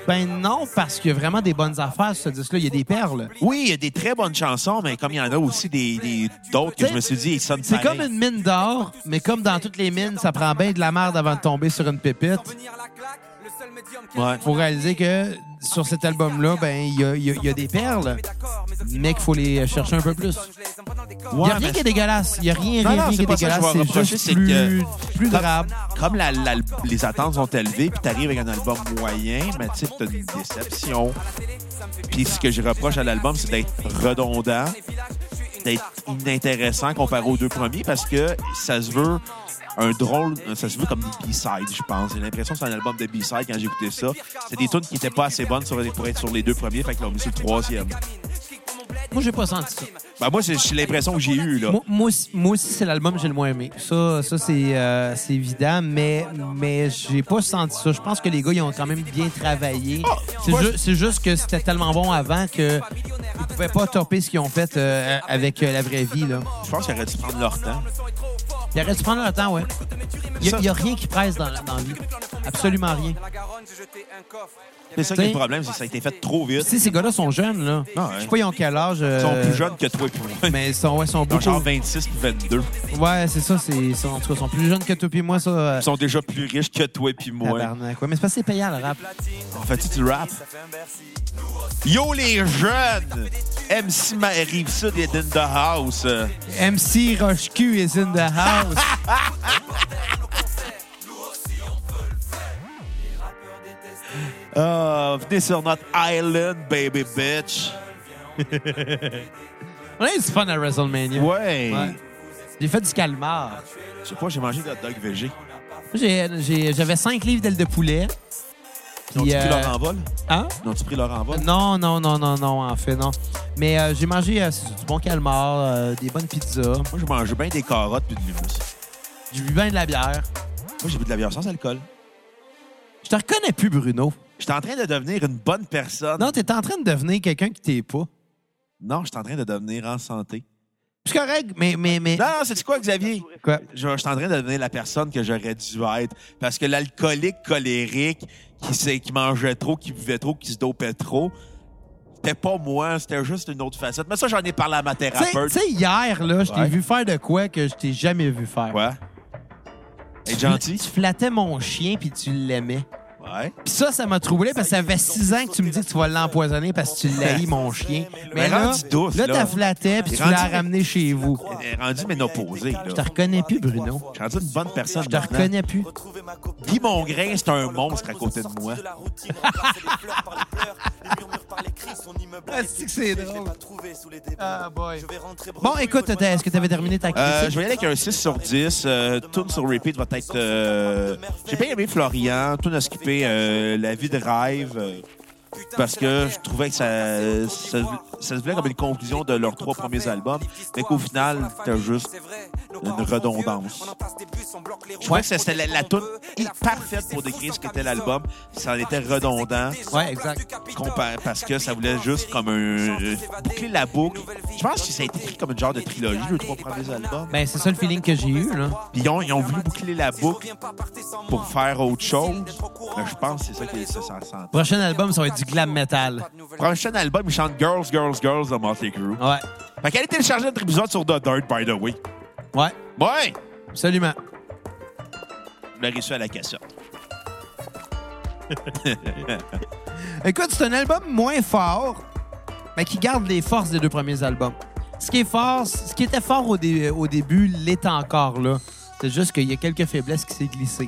Ben non, parce qu'il y a vraiment des bonnes affaires sur ce disque-là. Il y a des perles.
Oui, il y a des très bonnes chansons, mais comme il y en a aussi des, des- d'autres que je me suis dit, ils sonnent
C'est
pareil.
comme une mine d'or, mais comme dans toutes les mines, ça prend bien de la merde avant de tomber sur une pépite.
Ouais.
Faut réaliser que sur cet album-là, ben il y a, il y a- il y a des perles, mais qu'il faut les chercher un peu plus. Il
Ouais,
n'y a rien
mais-
qui est dégueulasse. Il n'y a rien,
Non,
rien,
non,
rien
c'est
qui est
pas ça que je
dégueulasse.
vais
C'est
reprocher,
juste
c'est
plus, plus
Comme-
grave.
Comme la- la- les attentes sont élevées, puis t'arrives avec un album moyen, mais tu sais, t'as une déception. Puis ce que je reproche à l'album, c'est d'être redondant, d'être inintéressant comparé aux deux premiers, parce que ça se veut un drôle, ça se veut comme des B-sides, je pense. J'ai l'impression que c'est un album de B-side quand j'ai écouté ça. C'est des tunes qui n'étaient pas assez bonnes sur, pour être sur les deux premiers, fait qu'ils l'ont mis sur le troisième.
Moi, j'ai pas senti ça.
Ben moi, c'est c'est l'impression que j'ai eue, là.
Moi, moi aussi, moi aussi, c'est l'album que j'ai le moins aimé. Ça, ça c'est euh, c'est évident, mais, mais j'ai pas senti ça. Je pense que les gars, ils ont quand même bien travaillé. C'est
Oh, moi,
ju- c'est juste que c'était tellement bon avant que ils pouvaient pas topper ce qu'ils ont fait euh, avec euh, la vraie vie. Là.
Je pense qu'ils auraient dû prendre leur temps.
Ils auraient dû prendre leur temps, ouais. Il y a, il y a rien qui presse dans, la- dans la vie. Absolument rien.
C'est ça qui est le problème, c'est que ça a été fait trop
Tu
vite.
sais, ces gars-là sont jeunes, là.
Ah ouais.
Je sais pas, ils ont quel âge.
Ils
euh,
sont plus jeunes que toi et puis moi.
Mais ils sont, ouais, ils sont
Ils ont
beaucoup.
genre 26 puis 22.
Ouais, c'est ça. c'est- Ils sont, en tout cas, ils sont plus jeunes que toi et moi, ça. euh,
Ils sont déjà plus riches que toi et puis moi.
tabarnak, ouais. Mais c'est parce que c'est payant, le rap.
On fait du rap? Yo les jeunes! MC Ma- Rive-Sud est in the house. Euh,
MC Roche Q is in the house.
Ah, venez sur notre island, baby bitch.
On a eu du fun à WrestleMania.
Ouais.
Ouais. J'ai fait du calmar.
Je sais pas, j'ai mangé des hot dogs VG.
J'ai- j'ai- J'avais 5 livres d'ailes de poulet.
Ils ont-tu
Puis,
pris
euh,
leur envol?
Hein?
Ils ont-tu pris leur envol?
Non, non, non, non, non, en fait, non. Mais euh, j'ai mangé euh, c'est du bon calmar, euh, des bonnes pizzas.
Moi, j'ai mangé bien des carottes puis de l'humus.
J'ai bu bien de la bière.
Moi, j'ai bu de la bière sans alcool.
Je te reconnais plus, Bruno.
J'étais en train de devenir une bonne personne.
Non, t'es en train de devenir quelqu'un qui t'es pas.
Non, j'étais en train de devenir en santé.
C'est correct, mais... mais, mais...
Non, non, c'est quoi, Xavier?
Quoi?
Je, je suis en train de devenir la personne que j'aurais dû être. Parce que l'alcoolique colérique qui, s'est- qui mangeait trop, qui buvait trop, qui se dopait trop, c'était pas moi, c'était juste une autre facette. Mais ça, j'en ai parlé à ma
Tu sais-
thérapeute.
tu sais, hier, là, je t'ai
Ouais.
vu faire de quoi que je t'ai jamais vu faire.
Quoi? Être
Tu fla-
gentil?
Tu flattais mon chien puis tu l'aimais.
Ouais.
Puis ça, ça m'a troublé parce que ça fait six ans que tu me dis que tu vas l'empoisonner parce que tu l'haïs, mon chien.
Ben, Mais
là,
rendu douce,
là,
là.
t'as flatté puis
Mais
tu l'as
rendu-
ramené chez vous.
Elle est rendue ménopausée, là.
Je te reconnais plus, Bruno.
Je suis rendu une bonne personne.
Je te
maintenant.
reconnais plus.
Guy Mongrain, c'est un monstre à côté de moi.
Ah, c'est que c'est drôle. Ah, boy.
Bon,
Bon, écoute, t'as- est-ce que t'avais terminé ta
Euh, je
critique?
vais y aller avec un 6 sur 10. Euh, Tune sur repeat va être... euh, J'ai bien aimé Florian. Tune à skipper euh, La vie de rêve. euh, parce que je trouvais que euh, ça, ça, ça se voulait comme une conclusion de leurs trois premiers albums, mais qu'au final, c'était juste une redondance. Je trouvais que c'était la, la tune parfaite pour décrire ce qu'était l'album. Ça en était redondant.
Ouais, exact.
compa- Parce que ça voulait juste comme un, euh, boucler la boucle. Je pense que ça a été pris comme une genre de trilogie, les trois premiers albums.
Ben, c'est ça le feeling que j'ai eu, là.
Puis ils ont, ils ont voulu boucler la boucle pour faire autre chose. Mais je pense que c'est ça qui ça, ça sent.
Prochain album, ça va être du glam metal.
Prochain album, ils chantent Girls, Girls, Girls de Motley Crue.
Ouais,
Fait qu'elle est téléchargée notre épisode sur The Dirt, by the way.
ouais,
Ouais!
absolument.
Je l'ai reçu à la cassette.
Écoute, c'est un album moins fort, mais qui garde les forces des deux premiers albums. Ce qui est fort, ce qui était fort au, dé- au début l'est encore là. C'est juste qu'il y a quelques faiblesses qui s'est glissé.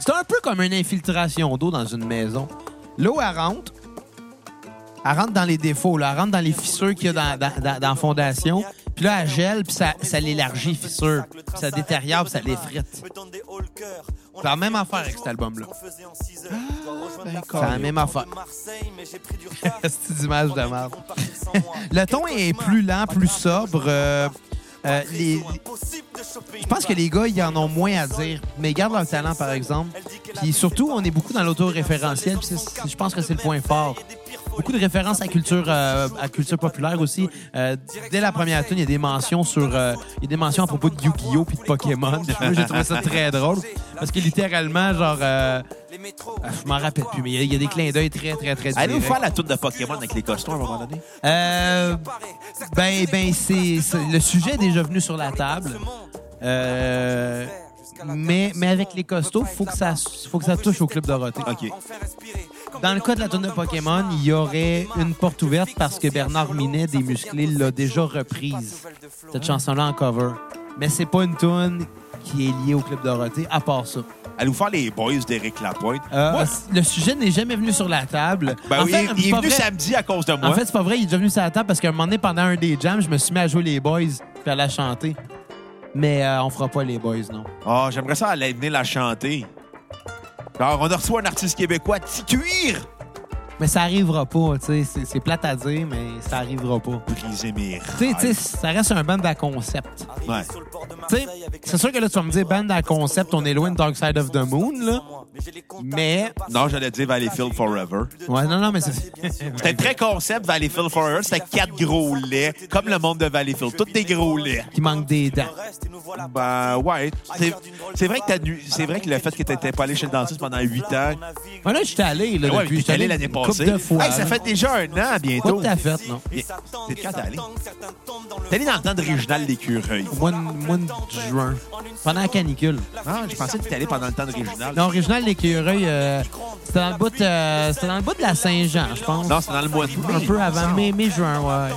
C'est un peu comme une infiltration d'eau dans une maison. L'eau, elle rentre. Elle rentre dans les défauts, là. elle rentre dans les fissures qu'il y a dans, dans, dans- dans la fondation. Puis là, elle gèle, puis ça, ça l'élargit, les fissures. Puis ça détériore, puis ça l'effrite.
C'est
la même affaire avec cet album-là. Ah, ben,
d'accord.
C'est la même affaire.
C'est une image de merde. Le ton est plus lent, plus sobre. euh, euh, les-
Je
je pense que les gars, ils en ont moins à dire. Mais ils gardent leur talent, par exemple. Puis surtout, on est beaucoup dans l'autoréférentiel. Puis c'est- c'est- je pense que c'est le point fort. Beaucoup de références à culture, euh, à culture populaire aussi. Euh, dès la première tune, il y a des mentions sur, euh, il y a des mentions à propos de Yu-Gi-Oh puis de Pokémon. Puis moi, J'ai trouvé ça très drôle parce que littéralement, genre, euh, ah, je m'en rappelle plus, mais il y a- il y, a des clins d'œil très, très, très
Allez vous
directs.
faire la tour de Pokémon avec les costauds à un moment donné.
Euh, ben, ben, c'est c'est- le sujet est déjà venu sur la table. Euh, mais, mais avec les costauds, faut que ça, faut que ça touche au club Dorothée.
OK.
Dans le cas de la tournée de Pokémon, il y aurait une porte ouverte parce que Bernard Minet des Musclés l'a déjà reprise, cette chanson-là en cover. Mais c'est pas une tune qui est liée au Club Dorothée, à part ça.
Allez vous faire les boys d'Éric Lapointe.
Euh,
Moi,
le sujet n'est jamais venu sur la table.
ben
En
oui,
fait,
il- il
c'est
est
pas
venu
vrai.
samedi à cause de moi.
En fait, c'est pas vrai, il est déjà venu sur la table parce qu'à un moment donné, pendant un des jams, je me suis mis à jouer les boys puis à la chanter. Mais euh, on fera pas les boys, non.
Oh, j'aimerais ça aller venir la chanter. Alors, on a reçu un artiste québécois, Ticuir!
Mais ça arrivera pas, tu sais. C'est c'est plate à dire, mais ça arrivera pas.
Brisez mes
Tu sais,
rêves.
tu sais, ça reste un band à concept.
Ouais.
Tu sais, c'est sûr que là, tu vas me dire, band à concept, on est loin de Dark Side of the Moon, là. Mais-
Non, j'allais dire Valleyfield Forever.
Ouais, non, non, mais c'est.
C'était très concept, Valleyfield Forever. C'était quatre gros laits, comme le monde de Valleyfield. Tous des gros laits.
qui manque des dents.
Ben ouais. C'est- C'est vrai que t'as nu- c'est vrai que le fait que t'étais pas allé chez le dentiste pendant huit ans.
Ouais, là, je suis allé, là,
Ben Ouais,
depuis.
t'es
j'étais
allé l'année
une couple
passée.
de fois,
Hey, ça
là.
fait déjà un an bientôt.
Coupe ta fête, non?
Mais- C'est de quand t'es allé? T'es allé dans le temps d'original d'écureuil.
Mois de, mois de juin. Pendant la canicule.
Ah, je pensais que t'étais allé pendant le temps d'original.
Non, original, l'écureuil, euh, c'était dans le bout de, euh, c'était dans le bout de la Saint-Jean, je pense.
Non, c'est dans le mois de
Un
mai.
peu avant mai, mai-juin, ouais.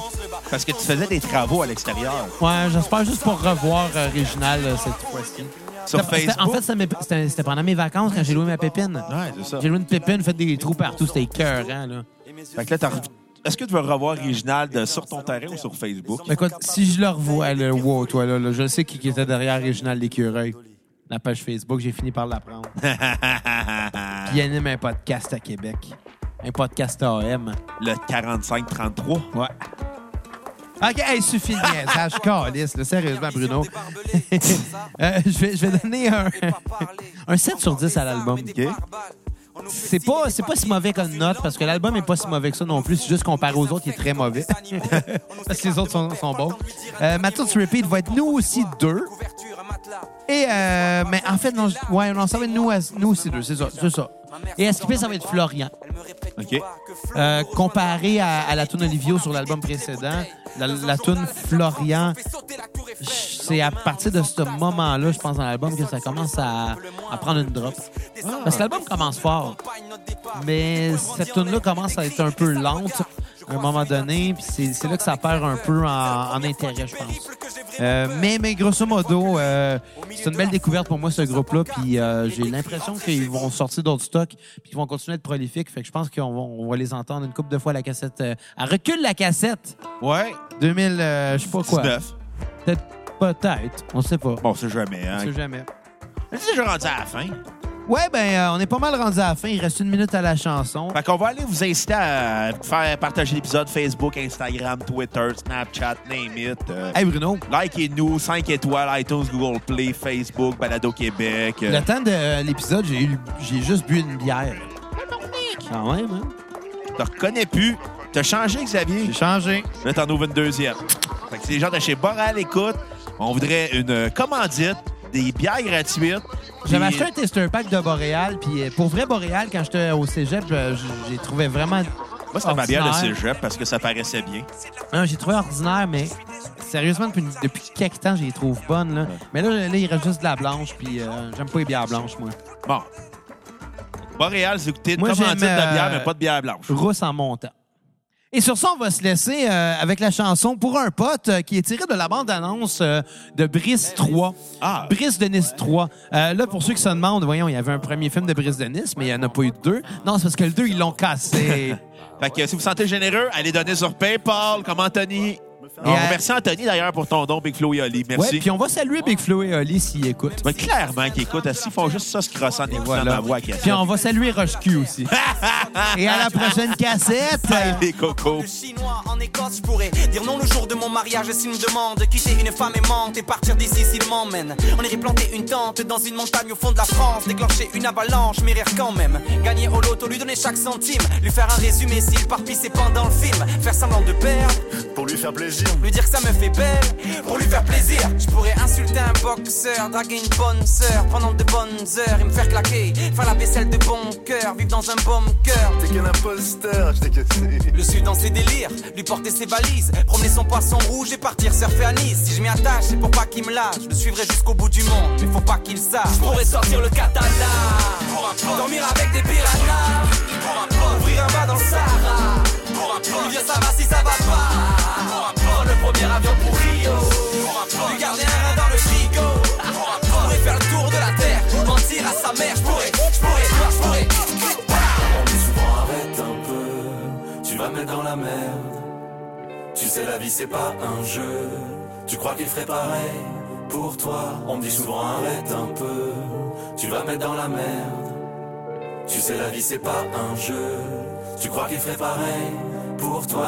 Parce que tu faisais des travaux à l'extérieur.
Ouais, j'espère juste pour revoir euh, original euh, cette fois-ci.
Sur
C'était- c'était-
Facebook.
En fait, c'était mes- c'était c'était pendant mes vacances quand j'ai loué ma pépine.
Ouais, c'est ça.
J'ai loué une pépine, fait des trous partout, c'était écœurant, là.
Fait que là, t'as rev- Est-ce que tu veux revoir original de sur ton terrain ou sur Facebook?
Mais Écoute, si je le revois, le wow, toi, là, là, je sais qui, qui était derrière Réginald Lécureuil. La page Facebook, j'ai fini par l'apprendre. Puis il anime un podcast à Québec. Un podcast AM.
Le 45-33.
Ouais. OK, hey, suffit de niaisage, calisse, là, sérieusement, Bruno. Euh, je, vais, je vais donner un, un 7 sur 10 à l'album. C'est pas, c'est pas si mauvais comme note, parce que l'album est pas si mauvais que ça non plus. C'est juste comparé aux autres, il est très mauvais. parce que les autres sont, sont bons. Euh, ma tune sur Repeat va être Nous aussi deux. Et, euh, mais en fait, non, je- ouais, non, ça va être Nous, à- nous aussi deux, c'est ça, c'est ça. Et à skipper, ça va être Florian.
OK.
Euh, comparé à, à la tune Olivio sur l'album précédent, la, la tune Florian, je- c'est à partir de ce moment-là, je pense, dans l'album, que ça commence à, à prendre une drop. Parce que l'album commence fort, mais cette tune-là commence à être un peu lente à un moment donné, puis c'est- c'est là que ça perd un peu en, en intérêt, je pense. Euh, mais, mais grosso modo, euh, c'est une belle découverte pour moi, ce groupe-là. Puis euh, j'ai l'impression qu'ils vont sortir d'autres stocks, puis qu'ils vont continuer d'être prolifiques. Fait que je pense qu'on va, on va les entendre une couple de fois à la cassette. euh, à recul la cassette!
Ouais.
2000, euh, je sais pas quoi.
19.
Peut-être, peut-être. On sait pas.
Bon, c'est jamais,
On
hein.
sait jamais.
C'est déjà rendu à la fin.
Ouais, ben, euh, on est pas mal rendu à la fin. Il reste une minute à la chanson.
Fait qu'on va aller vous inciter à faire partager l'épisode Facebook, Instagram, Twitter, Snapchat, name it. Euh,
Hey Bruno,
Likez-nous, 5 étoiles, iTunes, Google Play, Facebook, Balado Québec. Euh,
le temps de euh, l'épisode, j'ai, eu- j'ai juste bu une bière. Quand même, hein?
te reconnais plus. T'as changé, Xavier.
J'ai changé.
Là, t'en ouvres une deuxième. Fait que si les gens de chez Boral écoutent, on voudrait une euh, commandite, des bières gratuites.
J'avais
puis-
acheté un tester pack de Boréal, puis euh, pour vrai, Boréal, quand j'étais au cégep, euh, j- j'ai trouvé vraiment.
Moi, c'était ma bière de
ordinaire.
cégep parce que ça paraissait bien.
Non, j'ai trouvé ordinaire, mais sérieusement, depuis, depuis quelques temps, je les trouve bonnes. Là. Mais là, là, il reste juste de la blanche, puis euh, j'aime pas les bières blanches, moi.
Bon. Boréal, c'est écouté une
Moi,
commandite
j'aime,
de bière,
euh,
mais pas de bière blanche.
Rousse en montant. Et sur ça, on va se laisser euh, avec la chanson Pour un pote euh, qui est tirée de la bande-annonce euh, de Brice 3.
Ah.
Brice de Nice 3. Euh, là, pour ceux qui se demandent, voyons, il y avait un premier film de Brice de Nice, mais il n'y en a pas eu deux. Non, c'est parce que le deux, ils l'ont cassé.
Fait que si vous sentez généreux, allez donner sur PayPal comme Anthony. On
à-
remercie Anthony d'ailleurs pour ton don, Big Flo et Oli. Merci.
Ouais, puis on va saluer Big Flo et Oli s'ils écoutent.
Ben, clairement qu'ils écoutent. S'ils font juste ça, se crossant des voix dans
Voilà.
ma voix. qu'est-ce
Puis on va saluer Rush Q aussi. et à la prochaine cassette.
que- Les cocos.
Le chinois en Écosse, je pourrais dire non le jour de mon mariage s'il me demande quitter une femme aimante et partir d'ici s'il m'emmène. On irait planter une tente dans une montagne au fond de la France, déclencher une avalanche, mais rire quand même. Gagner au loto, lui donner chaque centime, lui faire un résumé s'il part pisser pendant le film, faire semblant de perdre,
Pour lui faire plaisir.
lui dire que ça me fait belle, pour lui faire plaisir. Je pourrais insulter un boxeur, draguer une bonne sœur pendant de bonnes heures et me faire claquer, faire la vaisselle de bon cœur, vivre dans un bon cœur.
T'es qu'un imposteur, je t'ai cassé.
Le sud dans ses délires, lui porter ses valises, promener son poisson rouge et partir surfer à Nice. Si je m'y attache, c'est pour pas qu'il me lâche. Je le suivrai jusqu'au bout du monde, mais faut pas qu'il le sache. Je pourrais sortir le katana, dormir avec des piranhas, ouvrir un bas dans le Sahara, lui dire ça va si ça va pas, prendre le premier avion pour Rio, lui garder un rein dans le gigot, je pourrais faire le tour de la terre, mentir à sa mère, je pourrais, je pourrais, je pourrais.
souvent arrête un peu, tu vas mettre dans la merde. Tu sais, la vie c'est pas un jeu, tu crois qu'il ferait pareil pour toi. On me dit souvent arrête un peu, tu vas mettre dans la merde. Tu sais, la vie c'est pas un jeu, tu crois qu'il ferait pareil pour toi.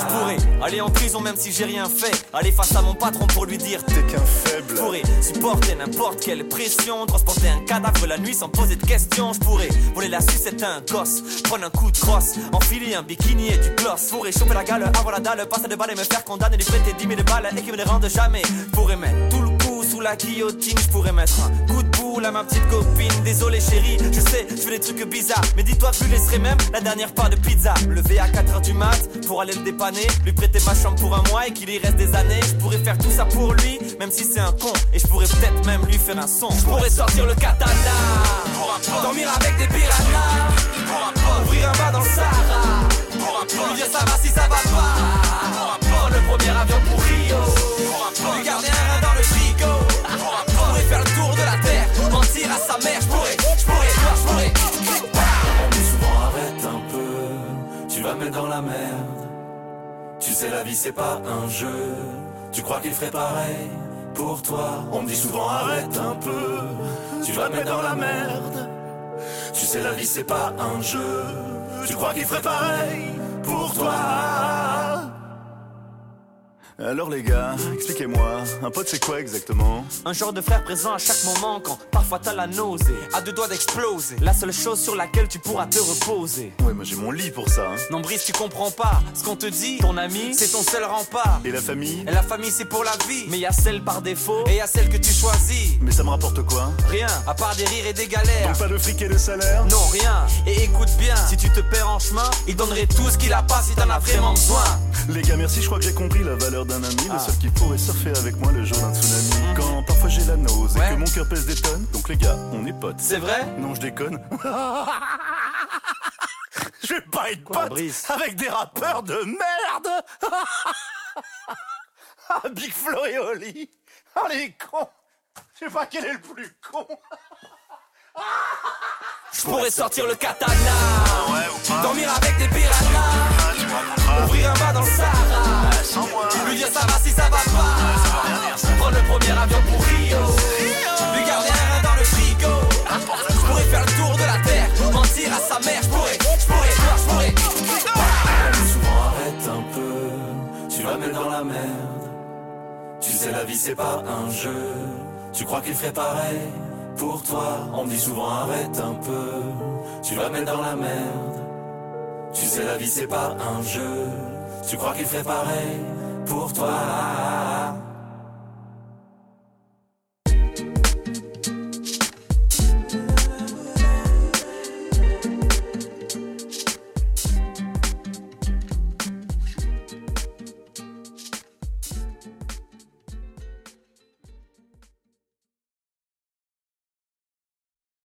Je pourrais aller en prison même si j'ai rien fait. Aller face à mon patron pour lui dire
T'es qu'un faible.
Je pourrais supporter n'importe quelle pression, transporter un cadavre la nuit sans poser de questions. Je pourrais voler la sucette à un gosse, prendre un coup de crosse, enfiler un bikini et du gloss. Je pourrais choper la gale avant la dalle, passer de balles et me faire condamner, lui prêter 10 000 balles et qu'il me les rende jamais. Je pourrais mettre tout le coup sous la guillotine, je pourrais mettre un coup de boule à ma petite copine. Désolé chérie, je sais, je fais des trucs bizarres, mais dis-toi que je lui laisserai même la dernière part de pizza. Levé à 4h du mat pour aller le dépanner, lui prêter ma chambre pour un mois et qu'il y reste des années. Je pourrais faire tout ça pour lui, même si c'est un con, et je pourrais peut-être même lui faire un son. Je pourrais sortir le katana, dormir avec des piranhas, ouvrir un bas dans le Sahara, lui dire ça va si ça va pas, prendre le premier avion pour Rio, lui garder un rein dans le frigo, je pourrais faire le tour de la terre, mentir à sa mère, je pourrais, je pourrais, je pourrais.
On dit souvent arrête un peu, tu vas mettre dans la merde. Tu sais la vie c'est pas un jeu, tu crois qu'il ferait pareil pour toi. On me dit souvent arrête un peu, tu vas mettre dans la merde. Tu sais la vie c'est pas un jeu, tu crois qu'il ferait pareil pour toi.
Alors les gars, expliquez-moi, un pote c'est quoi exactement
Un genre de frère présent à chaque moment quand parfois t'as la nausée, à deux doigts d'exploser. La seule chose sur laquelle tu pourras te reposer.
Ouais, moi j'ai mon lit pour ça. hein.
Nombril, tu comprends pas ce qu'on te dit. Ton ami, c'est ton seul rempart.
Et la famille
Et la famille, c'est pour la vie. Mais y a celle par défaut et y a celle que tu choisis.
Mais ça me rapporte quoi
Rien, à part des rires et des galères.
Donc pas de fric et de salaire
Non, rien. Et écoute bien, si tu te perds en chemin, il donnerait tout ce qu'il a pas si t'en as vraiment besoin.
Les gars, merci, je crois que j'ai compris la valeur d'un ami, le
Ah.
seul qui pourrait surfer avec moi le jour d'un tsunami. Quand parfois j'ai la nausée,
Ouais.
que mon cœur pèse des tonnes, donc les gars, on est potes.
C'est vrai?
Non, je déconne. je vais pas être pote
Brice
avec des rappeurs de merde Ah, Big Flo et Oli Ah, les cons Je sais pas quel est le plus con
Je pourrais sortir le katana,
Ouais, ou pas
dormir avec des piranhas,
Tu me raconteras
ouvrir un bas dans le Sahara.
sans moi
Lui dire ça va si ça va pas Prendre le premier avion pour Rio Lui garder un rein dans le frigo Je pourrais faire le tour de la terre Mentir à sa mère, je pourrais, je pourrais, je pourrais
souvent arrête un peu, tu vas mettre dans la merde. Tu sais la vie c'est pas un jeu, tu crois qu'il ferait pareil pour toi. On me dit souvent arrête un peu, tu vas mettre dans la merde. Tu sais la vie c'est pas un jeu, tu crois qu'il ferait pareil pour toi.